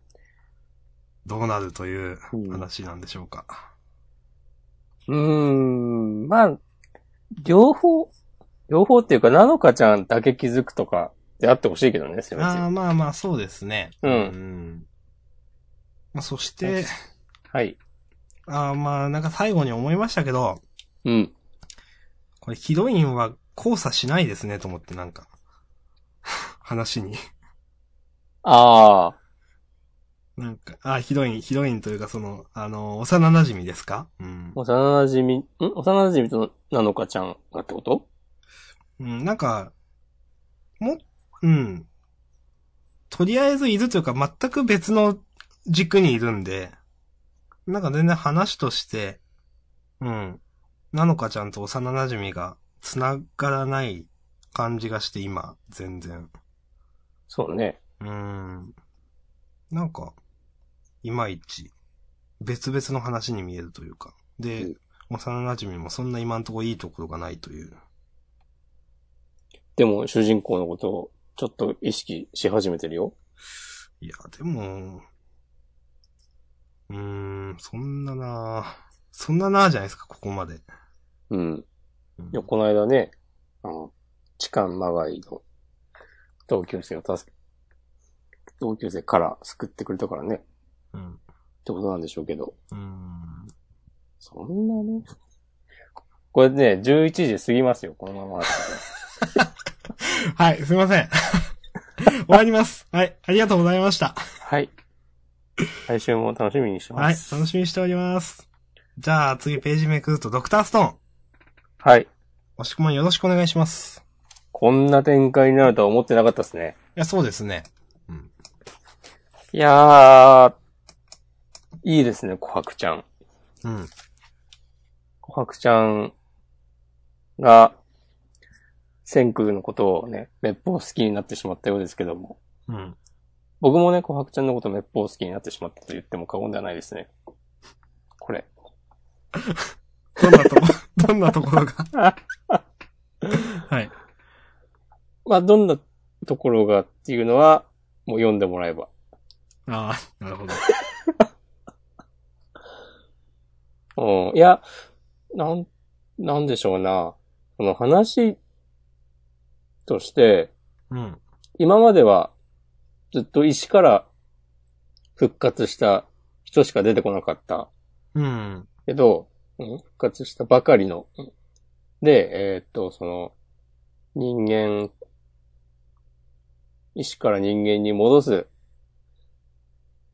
A: どうなるという話なんでしょうか。
B: うーん、まあ、両方、両方っていうか、なのかちゃんだけ気づくとか、であってほしいけどね、せめて。
A: ああ、まあまあ、そうですね。
B: うん
A: んまあ、そして、
B: はい。
A: ああまあ、なんか最後に思いましたけど、
B: うん。
A: これヒロインは交差しないですね、と思ってなんか、 (laughs) 話に。
B: ああ、
A: なんか、あ、ヒロイン、ヒロインというかその、あの、幼馴染ですかうん。
B: 幼馴染み、ん幼馴染みとなのかちゃんがってこと
A: うん、なんか、も、うん。とりあえずいるというか、全く別の軸にいるんで、なんか全然話として、うん。なのかちゃんと幼馴染が繋がらない感じがして、今、全然。
B: そうね。
A: うん。なんか、いまいち、別々の話に見えるというか。で、
B: うん
A: 幼馴染もそんな今んとこいいところがないという。
B: でも、主人公のことを、ちょっと意識し始めてるよ。
A: いや、でも、うーん、そんななあそんななあじゃないですか、ここまで。
B: うん。
A: うん
B: いや、この間ね、あの、痴漢まがいの同級生を助け、同級生から救ってくれたからね、って
A: うん。
B: ことなんでしょうけど。
A: うん。
B: そんなね。これね、11時過ぎますよ、このままだったら。
A: はい、すいません。 (laughs) 終わります。はい、ありがとうございました。
B: はい。来週も楽しみにして
A: は
B: ま
A: い、
B: す。
A: 楽しみにしております。じゃあ、次ページめくると、ドクターストーン。
B: はい。
A: 押し込まんよろしくお願いします。
B: こんな展開になるとは思ってなかったですね。
A: いや、そうですね。
B: いやー、いいですね、琥珀ちゃん。
A: うん。
B: 琥珀ちゃんが、千空のことをね、滅法好きになってしまったようですけども。
A: うん。
B: 僕もね、琥珀ちゃんのこと滅法好きになってしまったと言っても過言ではないですね。これ。
A: どんなとこ、どんなところ (laughs) が。はい。
B: まあ、どんなところがっていうのは、もう読んでもらえば。
A: ああ、なるほど。
B: うん。いや、なん、なんでしょうな。この話として、
A: うん。
B: 今まではずっと石から復活した人しか出てこなかった
A: うん。
B: けど、うん復活したばかりの。うんで、えーっと、その、人間、石から人間に戻す、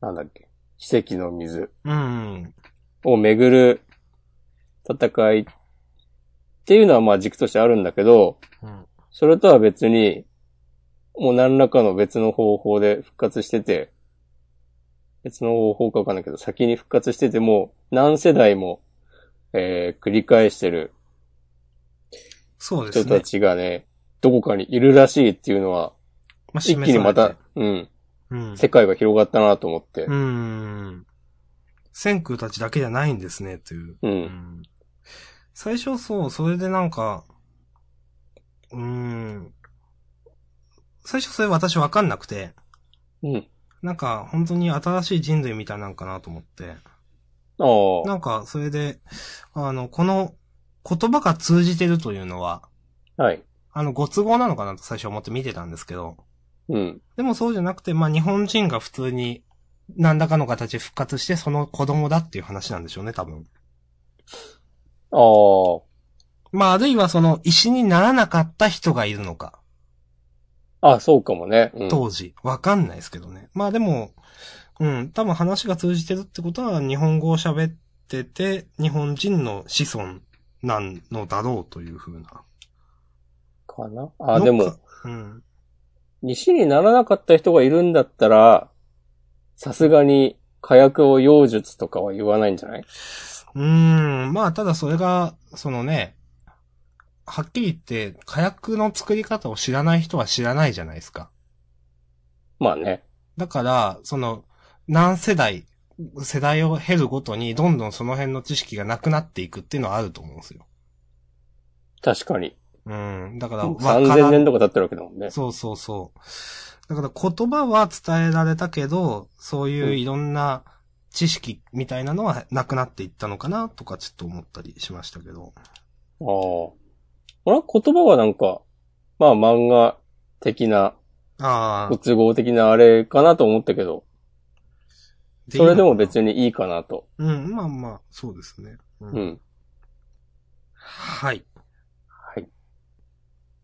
B: なんだっけ、奇跡の水。
A: うん。
B: をめぐる戦いっていうのはまあ軸としてあるんだけど、
A: うん。
B: それとは別に、もう何らかの別の方法で復活してて、別の方法かわかんないけど、先に復活してても、何世代も、えー繰り返してる
A: そうです
B: 人
A: ね。
B: たちがね、どこかにいるらしいっていうのは、
A: まあ
B: 一気にま。
A: 示
B: た
A: さ、
B: うん、
A: れてうん。
B: 世界が広がったなと思って
A: う、ーん。千空たちだけじゃないんですね、という。
B: う、
A: うんん。最初そう、それでなんか、うーん。最初それ私わかんなくて、
B: うん、
A: なんか本当に新しい人類みたいなんかなと思って。
B: ああ、
A: なんかそれで、あの、この言葉が通じてるというのは、
B: はい、
A: あの、ご都合なのかなと最初思って見てたんですけど、
B: うん、
A: でもそうじゃなくて、まあ日本人が普通に何らかの形で復活してその子供だっていう話なんでしょうね、多分。
B: ああ、
A: まああるいはその石にならなかった人がいるのか、
B: あ、そうかもね。うん、
A: 当時。わかんないですけどね。まあでも、うん、多分話が通じてるってことは日本語を喋ってて、日本人の子孫なんのだろうというふうな。
B: かなあ、で
A: の
B: も
A: か、。うん。
B: 西にならなかった人がいるんだったら、さすがに火薬を妖術とかは言わないんじゃないう
A: ーん。まあ、ただそれが、そのね、はっきり言って、火薬の作り方を知らない人は知らないじゃないですか。
B: まあね。
A: だから、その、何世代、世代を経るごとに、どんどんその辺の知識がなくなっていくっていうのはあると思うんですよ。
B: 確かに。
A: うん。だから、
B: 3000年
A: と
B: とか経ってるわけだもんね。
A: そうそうそう。だから言葉は伝えられたけど、そういういろんな知識みたいなのはなくなっていったのかなとかちょっと思ったりしましたけど。
B: ああ。俺は言葉はなんか、まあ漫画的な、
A: あ
B: ご
A: あ。
B: 都合的なあれかなと思ったけど、それでも
A: に。
B: 別にいいかなと。
A: うん、まあまあ、そうですね。う
B: う。ん。
A: はい。
B: はい。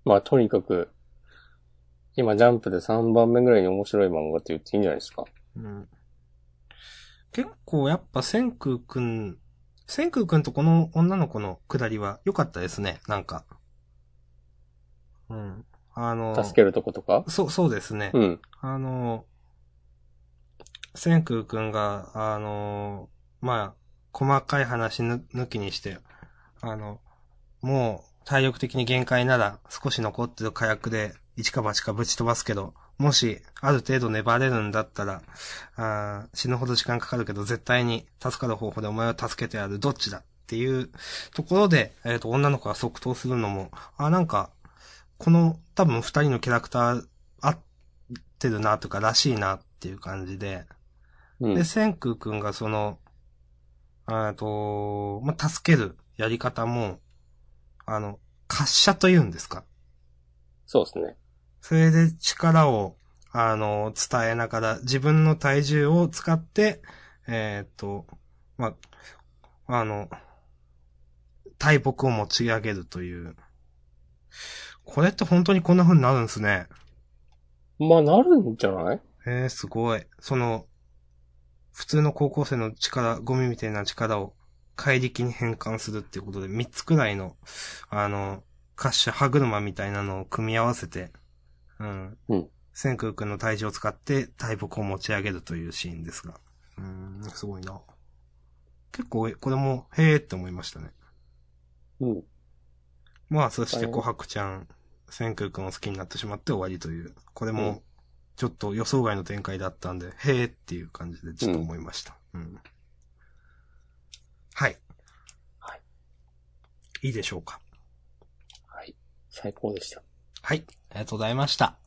B: まあとにかく、今ジャンプで3番目ぐらいに面白い漫画って言っていいんじゃないですか。
A: うん結構やっぱ千空くん、千空くんとこの女の子のくだりは良かったですね、なんか。うん。あの、
B: 助けるとことか
A: そう、そうですね。
B: うん。
A: あの、千空くんが、あの、まあ、細かい話ぬ抜きにして、あの、もう体力的に限界なら少し残ってる火薬で一か八かぶち飛ばすけど、もしある程度粘れるんだったら、あー死ぬほど時間かかるけど絶対に助かる方法でお前を助けてやる、どっちだっていうところで、えっ、と、女の子が即答するのも、あ、なんか、この多分二人のキャラクター合ってるなとからしいなっていう感じで、
B: う
A: で、
B: ん。
A: 千空くんがその、あーと、まあ、助けるやり方も、あの、滑車と言うんですか
B: そうですね。
A: それで力を、あの、伝えながら、自分の体重を使って、えーっと、まあ、あの、大木を持ち上げるという。これって本当にこんな風になるんですね。
B: まあなるんじゃない
A: えー、すごい。その、普通の高校生の力、ゴミみたいな力を怪力に変換するっていうことで、3つくらいの、あの、滑車歯車みたいなのを組み合わせて、うん。
B: うん
A: 千空くんの体重を使って大木を持ち上げるというシーンですが。うーん、すごいな。結構、これも、へーって思いましたね。
B: うん。
A: まあ、そして、
B: はい
A: 琥珀ちゃん、千空くんを好きになってしまって終わりという、これも、ちょっと予想外の展開だったんで、へーっていう感じで、ちょっと思いました。うん。はい。
B: はい。
A: いいでしょうか。
B: はい。最高でした。
A: はい。ありがとうございました。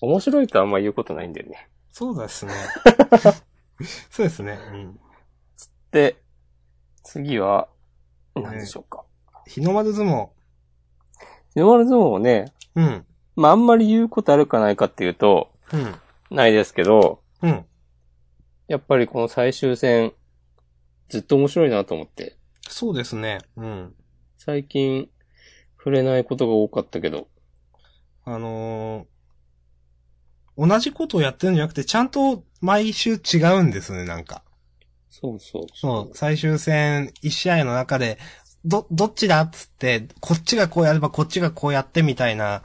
B: 面白いとあんま言うことないんだよね。
A: そうですね。 (laughs) そうですね。うん。
B: で、次は、何でしょうか。
A: 日の丸相撲。
B: 日の丸相撲もね、
A: うん。
B: まああんまり言うことあるかないかっていうと、
A: うん。
B: ないですけど、
A: うん。
B: やっぱりこの最終戦、ずっと面白いなと思って。
A: そうですね。うん。
B: 最近、触れないことが多かったけど。
A: あのー同じことをやってるんじゃなくて、ちゃんと毎週違うんですね、なんか。
B: そうそう
A: そう、最終戦1試合の中で、ど、どっちだっつって、こっちがこうやればこっちがこうやってみたいな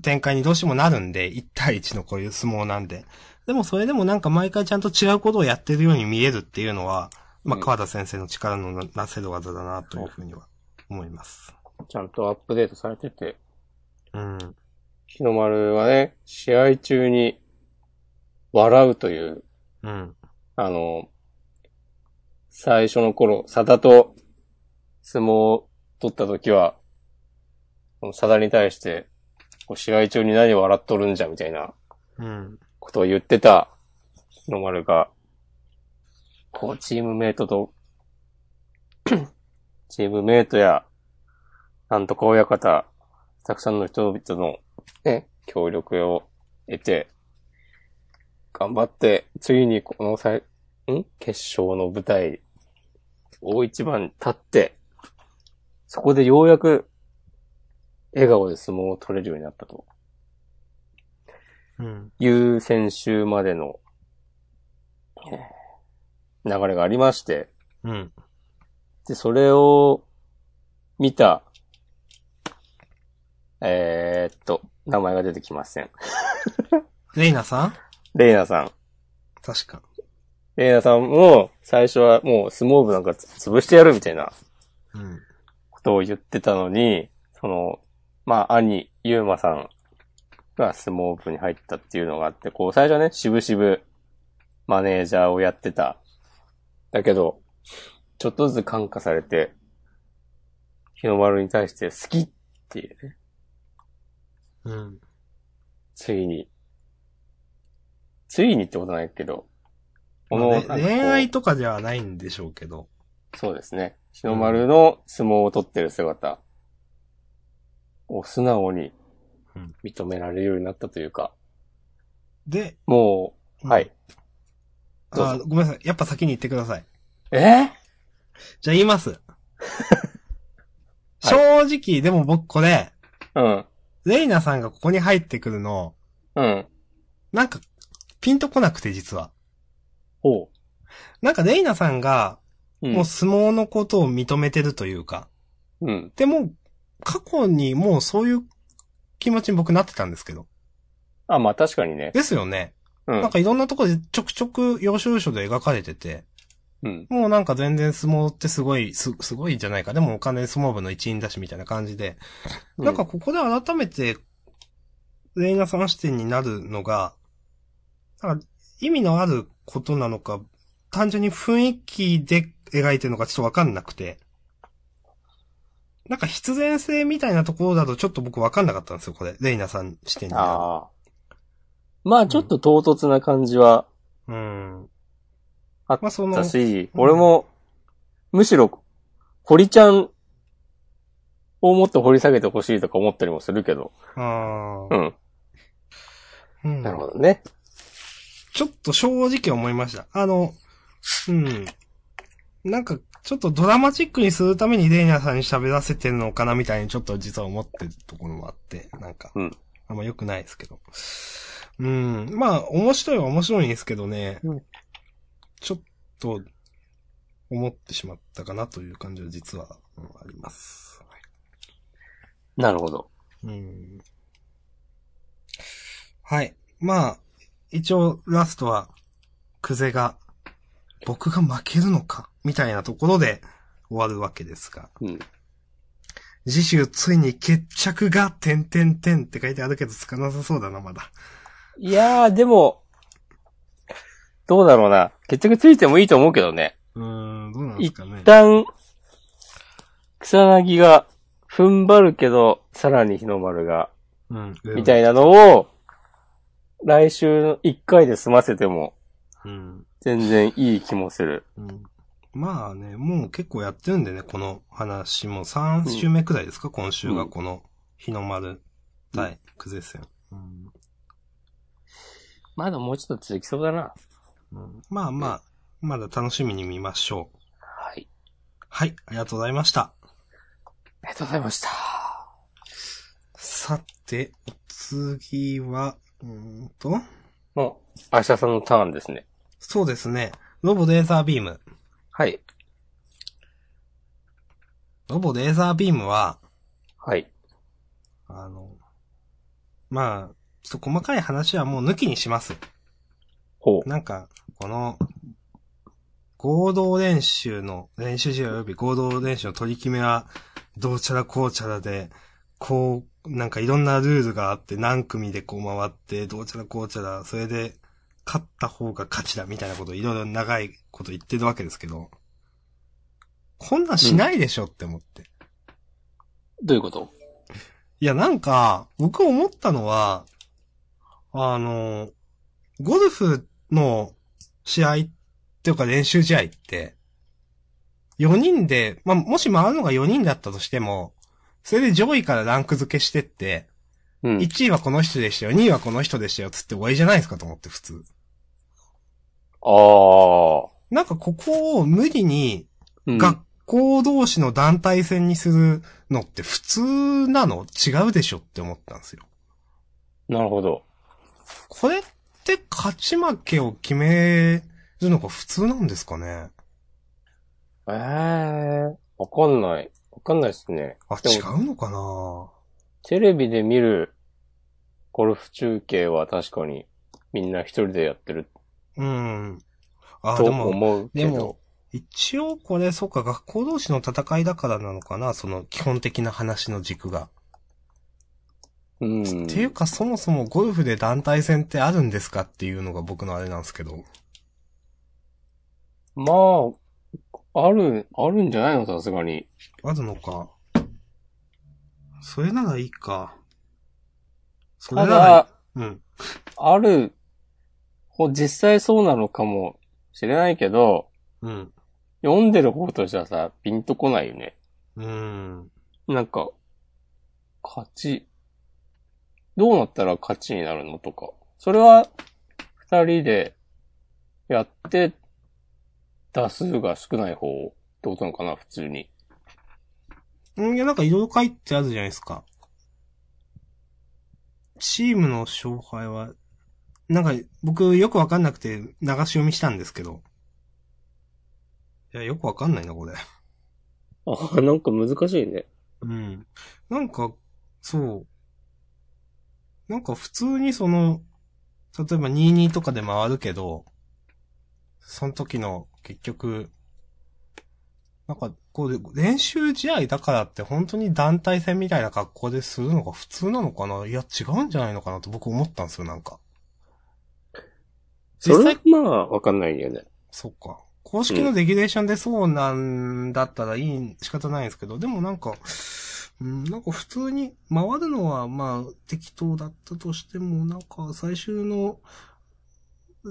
A: 展開にどうしてもなるんで、1対1のこういう相撲なんで。でもそれでもなんか毎回ちゃんと違うことをやってるように見えるっていうのは、まあ、
B: うん
A: 川田先生の力のななせる技だなというふうには思います。
B: ちゃんとアップデートされてて、
A: うん。
B: 日の丸はね、試合中に、笑うという、
A: うん。
B: あの、最初の頃、佐田と相撲を取った時は、この佐田に対して、こう試合中に何笑っとるんじゃみたいな
A: うん。
B: ことを言ってた日の丸が、こうチームメイトと、 (clears throat) チームメイトや、なんとか親方、たくさんの人々のね、協力を得て、頑張って、ついにこの最、ん決勝の舞台、大一番に立って、そこでようやく、笑顔で相撲を取れるようになったと。
A: うん。
B: いう先週までのえー流れがありまして、
A: うん。
B: で、それを見た、えー、っと、名前が出てきません。
A: レイナさん
B: レイナさん。
A: 確か。
B: レイナさんも、最初はもう相撲部なんか潰してやるみたいな
A: うん。
B: ことを言ってたのに、その、まあ、兄、ゆうまさんが相撲部に入ったっていうのがあって、こう、最初はね、しぶしぶマネージャーをやってた。だけど、ちょっとずつ感化されて、日の丸に対して好きっていうね、
A: うん。
B: ついに、ついにってことはないけど、
A: ま
B: こ
A: あ
B: の、
A: ね
B: なんかこう
A: 恋愛とかではないんでしょうけど。
B: そうですね。日の丸の相撲を取ってる姿を素直に
A: うん
B: 認められるようになったというか、
A: で、
B: もう、はい。どうぞ
A: あごめんなさい。やっぱ先に言ってください。
B: え
A: じゃあ言い
B: (laughs)
A: ます。
B: い
A: 正直、でも僕これ、
B: うん。
A: レイナさんがここに入ってくるの、
B: うん。
A: なんか、ピンとこなくて実は。
B: ほ
A: なんかレイナさんが、
B: う。うん。
A: もう相撲のことを認めてるというか、
B: うん。
A: でも、過去にもうそういう気持ちに僕なってたんですけど。
B: あ、まあ確かにね。
A: ですよね。
B: う
A: なん
B: ん。
A: かいろんなところでちょくちょく要所要所で描かれてて、
B: うん。
A: もうなんか全然相撲ってすごい、す、すごいんじゃないか。でもお金相撲部の一員だしみたいな感じで、なんかここで改めて、レイナさん視点になるのが、なんか意味のあることなのか、単純に雰囲気で描いてるのかちょっとわかんなくて、なんか必然性みたいなところだとちょっと僕わかんなかったんですよ、これ。レイナさん視点
B: う
A: に
B: ん。
A: な
B: ああ。まあちょっと唐突な感じは
A: る。うん。
B: あ
A: まあその
B: だ、し、
A: うん
B: 俺も、むしろ、堀ちゃんをもっと掘り下げてほしいとか思ったりもするけど。
A: あ
B: うん。
A: ーうん。
B: なるほどね。
A: ちょっと正直思いました。あの、うん。なんか、ちょっとドラマチックにするためにレイナさんに喋らせてるのかなみたいにちょっと実は思ってるところもあって、なんか、
B: うん
A: あんま良くないですけど。うん。まあ、面白いは面白いんですけどね、
B: うん
A: ちょっと、思ってしまったかなという感じは実は、うんあります。はい
B: なるほど。
A: うんはい。まあ、一応、ラストは、クゼが、僕が負けるのか、みたいなところで終わるわけですが、
B: うん。
A: 次週ついに決着が、てんてんてんって書いてあるけど、つかなさそうだな、まだ。
B: いやー、でも、どうだろうな。決着ついてもいいと思うけどね。
A: うーん、どうなんですかね
B: 一。旦、草薙が踏ん張るけど、さらに日の丸が、
A: うん、
B: みたいなのを、来週の1回で済ませても、
A: うん。
B: 全然いい気もする。
A: うん。まあね、もう結構やってるんでね、この話も3週目くらいですか、今週がこの日の丸対クゼ戦。うん
B: まだもうちょっと続きそうだな。
A: まあまあ、まだ楽しみに見ましょう。
B: はい。
A: はい、ありがとうございました。
B: ありがとうございました。
A: さて、お次は、うーんと、
B: もう、明日さんのターンですね。
A: そうですね、ロボレーザービーム。
B: はい。
A: ロボレーザービームは、
B: はい。
A: あの、まあ、ちょっと細かい話はもう抜きにします。
B: ほう。
A: なんか、この、合同練習の、練習試合及び合同練習の取り決めは、どうちゃらこうちゃらで、こう、なんかいろんなルールがあって、何組でこう回って、どうちゃらこうちゃら、それで、勝った方が勝ちだ、みたいなこと、いろいろ長いこと言ってるわけですけど、こんなんしないでしょって思って。
B: どういうこと
A: いや、なんか、僕思ったのは、あの、ゴルフの試合っていうか練習試合って、4人で、まあ、もし回るのが4人だったとしても、それで上位からランク付けしてって、
B: うん。
A: 1位はこの人でしたよ、2位はこの人でしたよ、つって終わりじゃないですかと思って、普通。
B: あー。
A: なんかここを無理に
B: うん
A: 学校同士の団体戦にするのって普通なの違うでしょって思ったんですよ。
B: なるほど。
A: これって勝ち負けを決めるのが普通なんですかね
B: ええー、わかんない。わかんないですね。
A: あ、
B: でも
A: 違うのかな
B: テレビで見るゴルフ中継は確かにみんな一人でやってる
A: うん。あ、
B: と
A: でも、
B: 思うけ
A: で
B: ど。
A: も、一応これ、そうか、学校同士の戦いだからなのかな、その基本的な話の軸が。
B: うん。
A: っていうか、そもそもゴルフで団体戦ってあるんですかっていうのが僕のあれなんですけど。
B: まあ、ある、あるんじゃないのさすがに。
A: あるのか。それならいいか。それ
B: た
A: なら
B: だ、
A: いい、うん。
B: ある、ほ実際そうなのかもしれないけど、
A: うん。
B: 読んでる方としてはさ、ピンとこないよね。
A: うん。
B: なんか、勝ち、どうなったら勝ちになるのとか。それは、二人でやって、打数が少ない方ってことなのかな、普通に。
A: うん、いや、なんかいろいろ書いてあるじゃないですか。チームの勝敗は、なんか僕よくわかんなくて流し読みしたんですけど。いや、よくわかんないな、これ。
B: あ、なんか難しいね。
A: うん。なんか、そう。なんか普通にその、例えば22とかで回るけど、その時の結局、なんかこう練習試合だからって本当に団体戦みたいな格好でするのが普通なのかないや違うんじゃないのかなと僕思ったんですよ、なんか。
B: そ
A: 実
B: れは
A: 際、
B: まあ、わかんないよね。
A: そっか。公式のレギュレーションでそうなんだったらいい、仕方ないんですけど、でもなんか、うん、なんか普通に回るのはまあ適当だったとしても、なんか最終の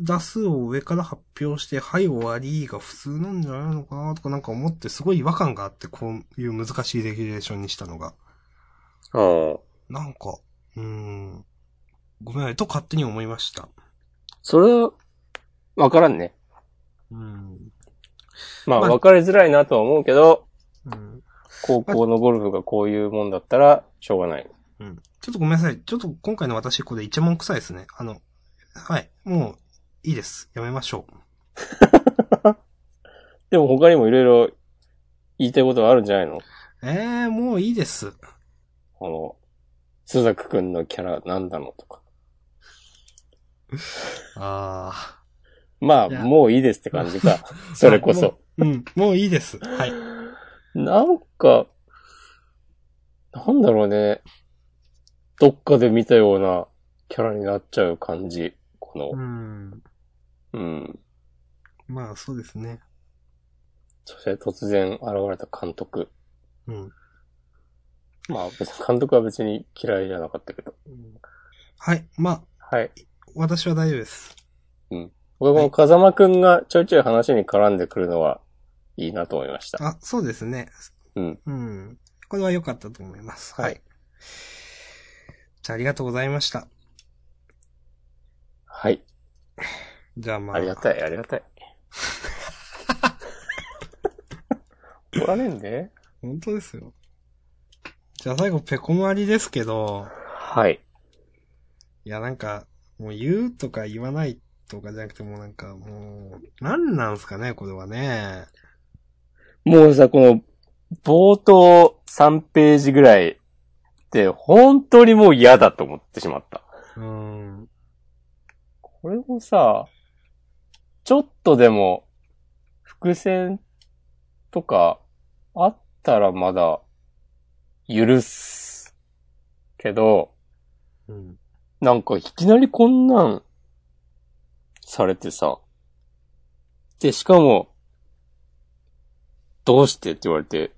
A: 打数を上から発表して、はい終わりが普通なんじゃないのかなとかなんか思ってすごい違和感があって、こういう難しいレギュレーションにしたのが。
B: ああ。
A: なんか、うん、ごめんなさいと勝手に思いました。
B: それは、わからんね。
A: うん。
B: まあ、
A: まあ
B: わかりづらいなとは思うけど、
A: うん
B: 高校のゴルフがこういうもんだったら、しょうがない。
A: うん。ちょっとごめんなさい。ちょっと今回の私、これ一問臭いですね。あの、はい。もう、いいです。やめましょ
B: でも他にもいろいろ言いたいことはあるんじゃないの
A: う。えー、もういいです。
B: この、スザクくんのキャラなんだのとか。
A: あ
B: まあ、
A: いや
B: もういいですって感じ (laughs) か。それこそ。
A: ー。うん。もういいです。はい。
B: なんか、なんだろうね。どっかで見たようなキャラになっちゃう感じ。この
A: う、ん。
B: うん。
A: まあ、そうですね。
B: そして突然現れた監督。
A: うん。
B: まあ、別に監督は別に嫌いじゃなかったけど。
A: はい。まあ、
B: はい。
A: 私は大丈夫です。
B: 僕
A: は
B: も
A: い
B: 風間くんがちょいちょい話に絡んでくるのはいいなと思いました。
A: あ、そうですね。
B: うん。
A: うん。これは良かったと思います。
B: はい
A: はい、じゃあ、ありがとうございました。
B: はい。
A: じゃあまあ。
B: ありがたい、ありが (laughs) たい。怒られんで
A: 本当ですよ。じゃあ最後、ペコマリですけど、
B: はい。
A: いやなんか、もう言うとか言わないとかじゃなくてもうなんかもう、なんなんすかね、これはね。
B: もうさ、この、冒頭3ページぐらいで、本当にもう嫌だと思ってしまった。
A: うーん。
B: これもさ、ちょっとでも、伏線とかあったらまだ許す。けど、
A: うん。
B: なんかいきなりこんなんされてさ。で、しかも、どうしてって言われて、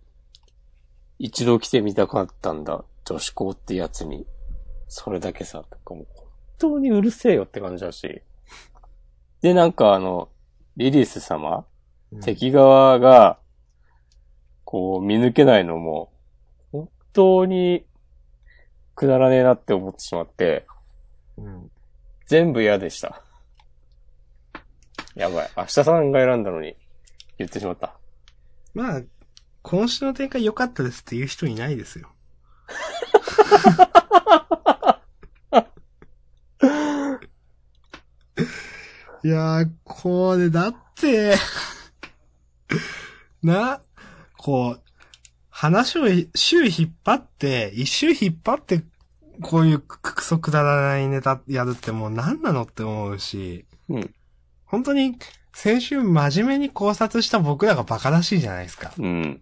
B: 一度来てみたかったんだ。女子校ってやつに、それだけさ、とかもう本当にうるせえよって感じだし。で、なんかあの、リリース様
A: うん。
B: 敵側が、こう、見抜けないのも、本当に、くだらねえなって思ってしまって、
A: うん。
B: 全部嫌でした。やばい。明日さんが選んだのに、言ってしまった。
A: まあ、今週の展開良かったですっていう人いないですよ。 (laughs) いやー、こ (laughs) れだって、な、こう、話を一周引っ張って、一周引っ張って、こういうくくそくだらないネタやるってもう何なのって思うし、
B: うん
A: 本当に先週真面目に考察した僕らがバカらしいじゃないですか。
B: うん。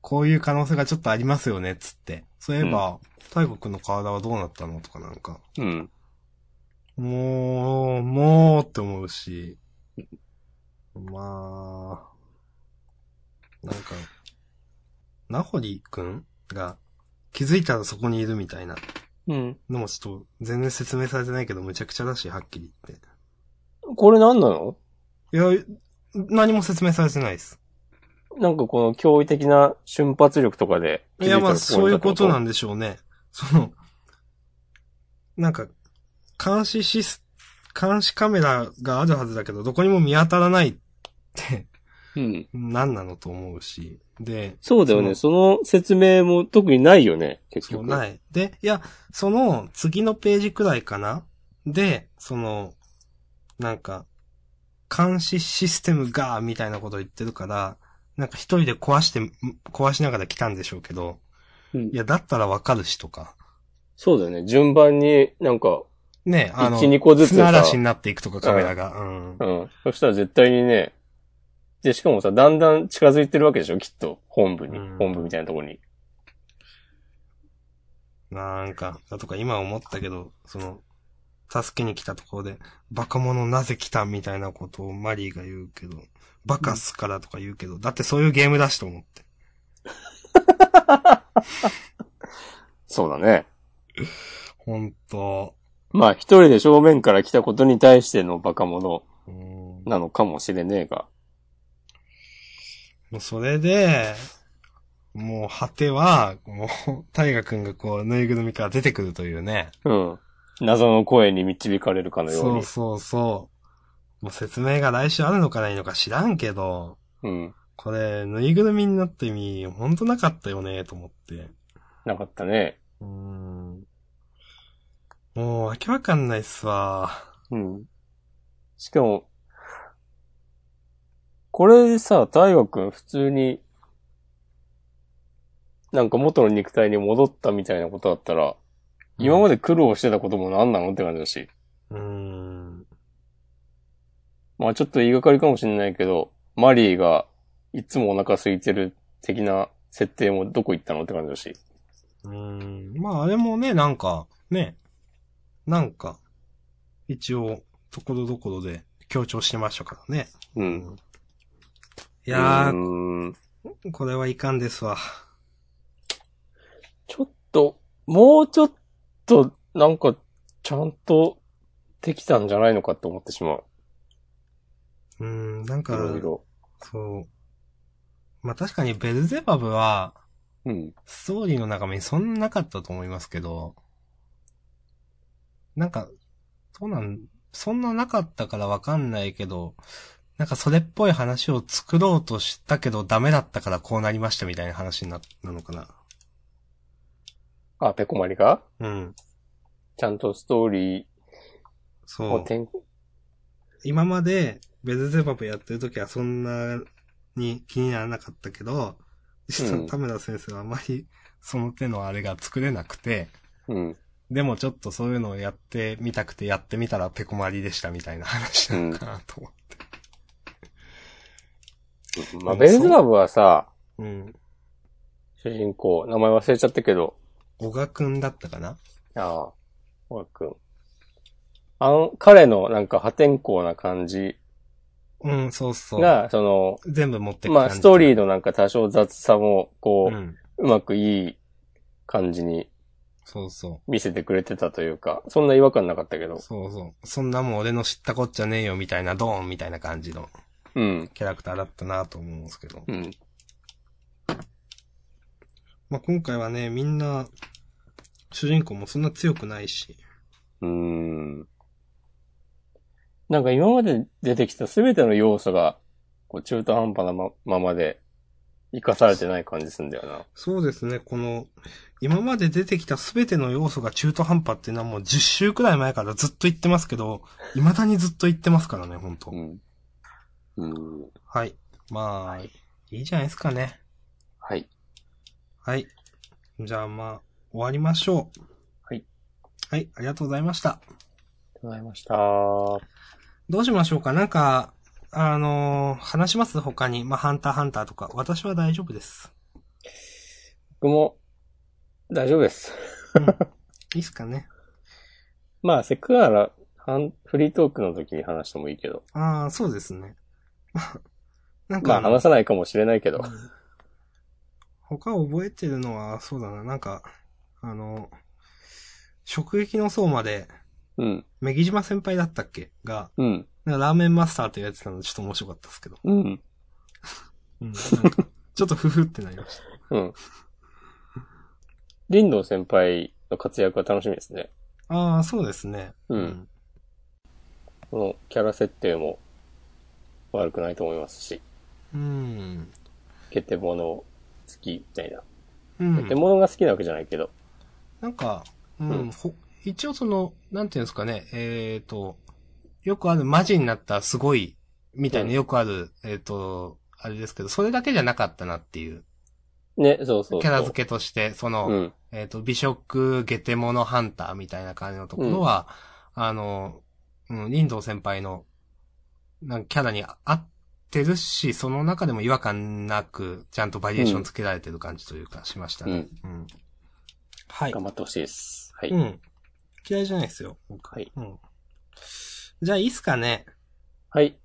A: こういう可能性がちょっとありますよね、っつって。そういえば、大国の体はどうなったのとかなんか。
B: うん。
A: もう、もうって思うし。まあ、なんか、ナホリくんが気づいたらそこにいるみたいな
B: うん。
A: のもちょっと全然説明されてないけどむちゃくちゃだし、はっきり言って。
B: これ何なの
A: いや、何も説明されてないです。
B: なんかこの驚異的な瞬発力とかで気
A: い
B: づ
A: や、
B: たらこ
A: まあ、そういうことなん
B: だ。
A: んでしょうね。その、なんか、監視シス、監視カメラがあるはずだけど、どこにも見当たらないって、
B: うん。
A: 何なのと思うし。で、
B: そうだよね。その説明も特にないよね、結
A: そう
B: 局。い。
A: ない。で、いや、その次のページくらいかなで、その、なんか、監視システムが、みたいなこと言ってるから、なんか一人で壊して、壊しながら来たんでしょうけど、
B: うん
A: い、や、だったらわかるしとか、
B: そうだよね。順番になんか、
A: ね、あの、
B: 一二個ずつさ
A: 砂嵐になっていくとかカメラが、うん。
B: うん。そしたら絶対にね、で、しかもさ、だんだん近づいてるわけでしょ、きっと。本部に。
A: うん
B: 本部みたいなところに。
A: なんか、だとか今思ったけど、その、助けに来たところで、バカ者なぜ来たみたいなことをマリーが言うけど、バカっすからとか言うけど、だってそういうゲームだしと思って。
B: そうだね。
A: ほんと、
B: まあ、一人で正面から来たことに対してのバカ者
A: うーん。
B: なのかもしれねえが。
A: もうそれで、もう果ては、もう、大河くんがこう、ぬいぐるみから出てくるというね。
B: うん。謎の声に導かれるかのよう
A: そう
B: に。
A: そうそう。もう説明が来週あるのかないのか知らんけど、
B: うん。
A: これ、ぬいぐるみになった意味、ほんとなかったよね、と思って。
B: なかったね。
A: うーんもう、わけわかんないっすわ。
B: うん。しかも、これでさ、大河君普通に、なんか元の肉体に戻ったみたいなことだったら、今ま
A: で。
B: で苦労してたことも何なのって感じだし。
A: うーん。
B: まあちょっと言いがかりかもしれないけど、マリーがいつもお腹空いてる的な設定もどこ行ったのって感じだし。
A: うーん。まあ、あれもね、なんか、ね、なんか、一応、ところどころで強調してましたからね。
B: うん。
A: いや
B: う
A: ー、
B: ーん
A: これはいかんですわ。
B: ちょっと、もうちょっと、なんか、ちゃんとできたんじゃないのかって思ってしまう。
A: うーん、なん
B: い
A: か、
B: ろいろ。
A: そう。まあ、確かにベルゼバブは、
B: うん。
A: ストーリーの中身そんななかったと思いますけど、なんか、そうなん、そんななかったからわかんないけど、なんかそれっぽい話を作ろうとしたけどダメだったからこうなりましたみたいな話になったのかな。
B: あ、ペコマリが
A: うん。
B: ちゃんとストーリー
A: そ
B: を
A: う。
B: 展
A: 今までベルゼバブやってる時はそんなに気にならなかったけど、実
B: う
A: は
B: ん
A: 田村先生はあまりその手のあれが作れなくて、
B: うん。
A: でもちょっとそういうのをやってみたくてやってみたらペコマリでしたみたいな話なのかなと思
B: まあ、ベルズバブはさ、
A: う。うん。
B: 主人公、名前忘れちゃったけど、
A: 小賀くんだったかな
B: ああ、小川くん。あの、彼のなんか破天荒な感じ
A: うん、そうそう。
B: が、その、
A: 全部持って
B: まあ、ストーリー
A: の。
B: のなんか多少雑さも、こ
A: う
B: う、
A: ん。
B: うまくいい感じに
A: そうそ
B: 見せてくれてたというか、そんな違和感なかったけ
A: う。
B: ど。
A: そうそう。そんなもん俺の知ったこっちゃねえよみたいな、ドーンみたいな感じの
B: うん。
A: キャラクターだったなと思うんですけど。
B: うん。
A: まあ今回はね、みんな、主人公もそんな強くないし。
B: うん。なんか今まで出てきたすべての要素が、こう中途半端なまままで、生かされてない感じすんだよな。
A: そうですね、この、今まで出てきたすべての要素が中途半端っていうのはもう10週くらい前からずっと言ってますけど、未だにずっと言ってますからね、ほんと。
B: うん。うん。
A: はい。まあ、いいじゃないですかね。
B: はい。
A: はい。じゃあまあ、終わりましょう。
B: はい。
A: はい、ありがとうございました。
B: ございました。は
A: どうしましょうかなんか、あのー話します他に。まあ、ハンターハンターとか。私は大丈夫です。
B: 僕も、大丈夫です。 (laughs)
A: いいっすかね
B: まあ、せっかくなら、ハンフリートークの時に話してもいいけど。
A: ああ、そうですね。なん
B: ま
A: か
B: あ、、話さないかもしれないけど。
A: うん他覚えてるのは、そうだな、なんか、あの、食撃の層まで、
B: うん。
A: メギ島先輩だったっけが、
B: うん。
A: なんかラーメンマスターと言われてたのちょっと面白かったですけど。
B: うん。
A: うん、なんかちょっとフフってなりました。
B: うん。林道先輩の活躍は楽しみですね。
A: (laughs) ああ、そうですね。
B: うん。このキャラ設定も悪くないと思いますし、
A: うん。
B: ゲテモノ好きみたいな。
A: うん。
B: ゲテモノが好きなわけじゃないけど。
A: なんか、うん、
B: うん
A: ほ一応その、なんていうんですかね、えっ、と、よくあるマジになったすごい、みたいな
B: うん
A: よくある、えっ、と、あれですけど、それだけじゃなかったなっていう、
B: ね、そうそうそう。
A: キャラ付けとして、その、
B: うん。
A: えっ、と、美食、ゲテモノハンターみたいな感じのところは、あの、うん、林道先輩の、なんかキャラに合ってるし、その中でも違和感なく、ちゃんとバリエーションつけられてる感じというか、しましたね。うんはい。
B: 頑張ってほしいです。はい。
A: うん。嫌いじゃないですよ。僕
B: はい。
A: うん。じゃあ、いいっすかね。
B: はい。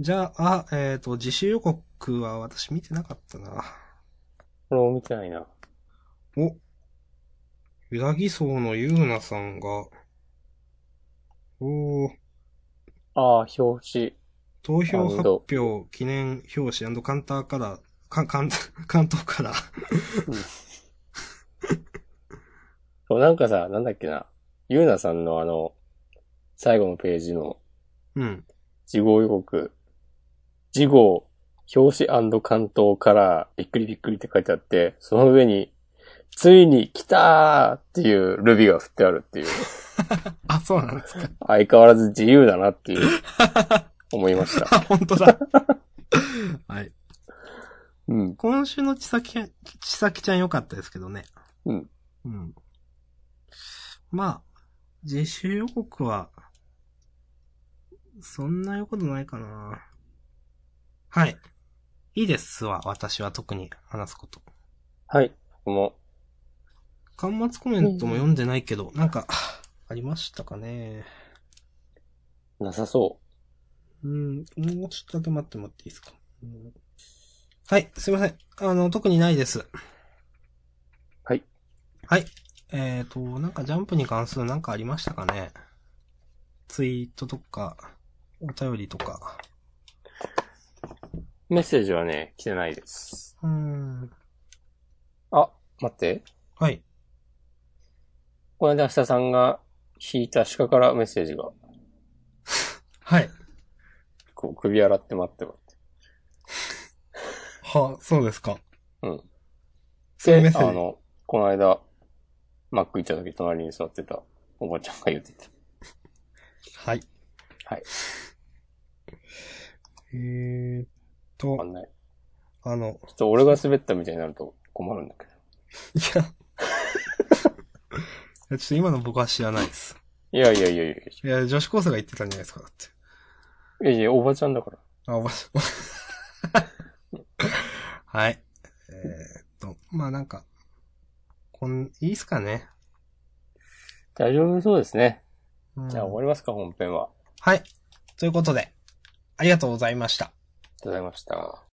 A: じゃあ、あえっ、と、自主予告は私見てなかったな。
B: これを見てないな。
A: お。ゆらぎそうのゆうなさんが、おー
B: ああ、表紙。
A: 投票
B: あ
A: 発
B: ど
A: 表記念表紙関東から、か、 (laughs) 関、関東から。
B: そう、なんかさ、なんだっけな。ゆうなさんのあの、最後のページの、
A: うん。
B: 事後予告。事後、表紙関東から、びっくりびっくりって書いてあって、その上に、ついに来たーっていうルビが振ってあるっていう、
A: あ、そうなんですか。
B: 相変わらず自由だなっていう、思いました。
A: あ、 (laughs) 本当 (laughs) だ。はい。
B: うん。
A: 今週のちさきちゃん、ちさきちゃん良かったですけどね。
B: うん。
A: うん。まあ、自主予告は、そんな言うことないかな。はい。いいですわ、私は特に話すこと。
B: はい。この、
A: 端末コメントも読んでないけど、なんか、ありましたかね。
B: なさそ
A: うん、もうちょっとだけ待ってもらっていいですか。うんはい、すいません。あの、特にないです。
B: はい。
A: はい。えっ、ー、と、なんかジャンプに関するなんかありましたかねツイートとか、お便りとか。
B: う。メッセージはね、来てないです。
A: うーん。
B: あ、待って。
A: はい。
B: この間明日さんが引いた鹿からメッセージが、
A: はい。
B: こう首洗って待っても
A: は、そうですか。
B: らって。うん。
A: そのメ
B: で
A: ッセージ
B: あの、この間、マック行った時隣に座ってたおばちゃんが言ってた。
A: はい。
B: はい。
A: えーっ
B: わか
A: と、
B: んない。
A: あの、
B: ちょっと俺が滑ったみたいになると困るんだけど。
A: いや。 (laughs) いやちょっと今の僕は知らないです。
B: いやいやいやいやい
A: いや、女子高生が言ってたんじゃないですか、だって。
B: や。いやいや、おばちゃんだから。
A: あ、おば (laughs) はい。えーっと、まあなんか、こん、いいっすかね。
B: 大丈夫そうですね。
A: うん
B: じゃあ終わりますか、本編は。あ
A: はい。ということで、ありがとうございました。
B: りがとうございました。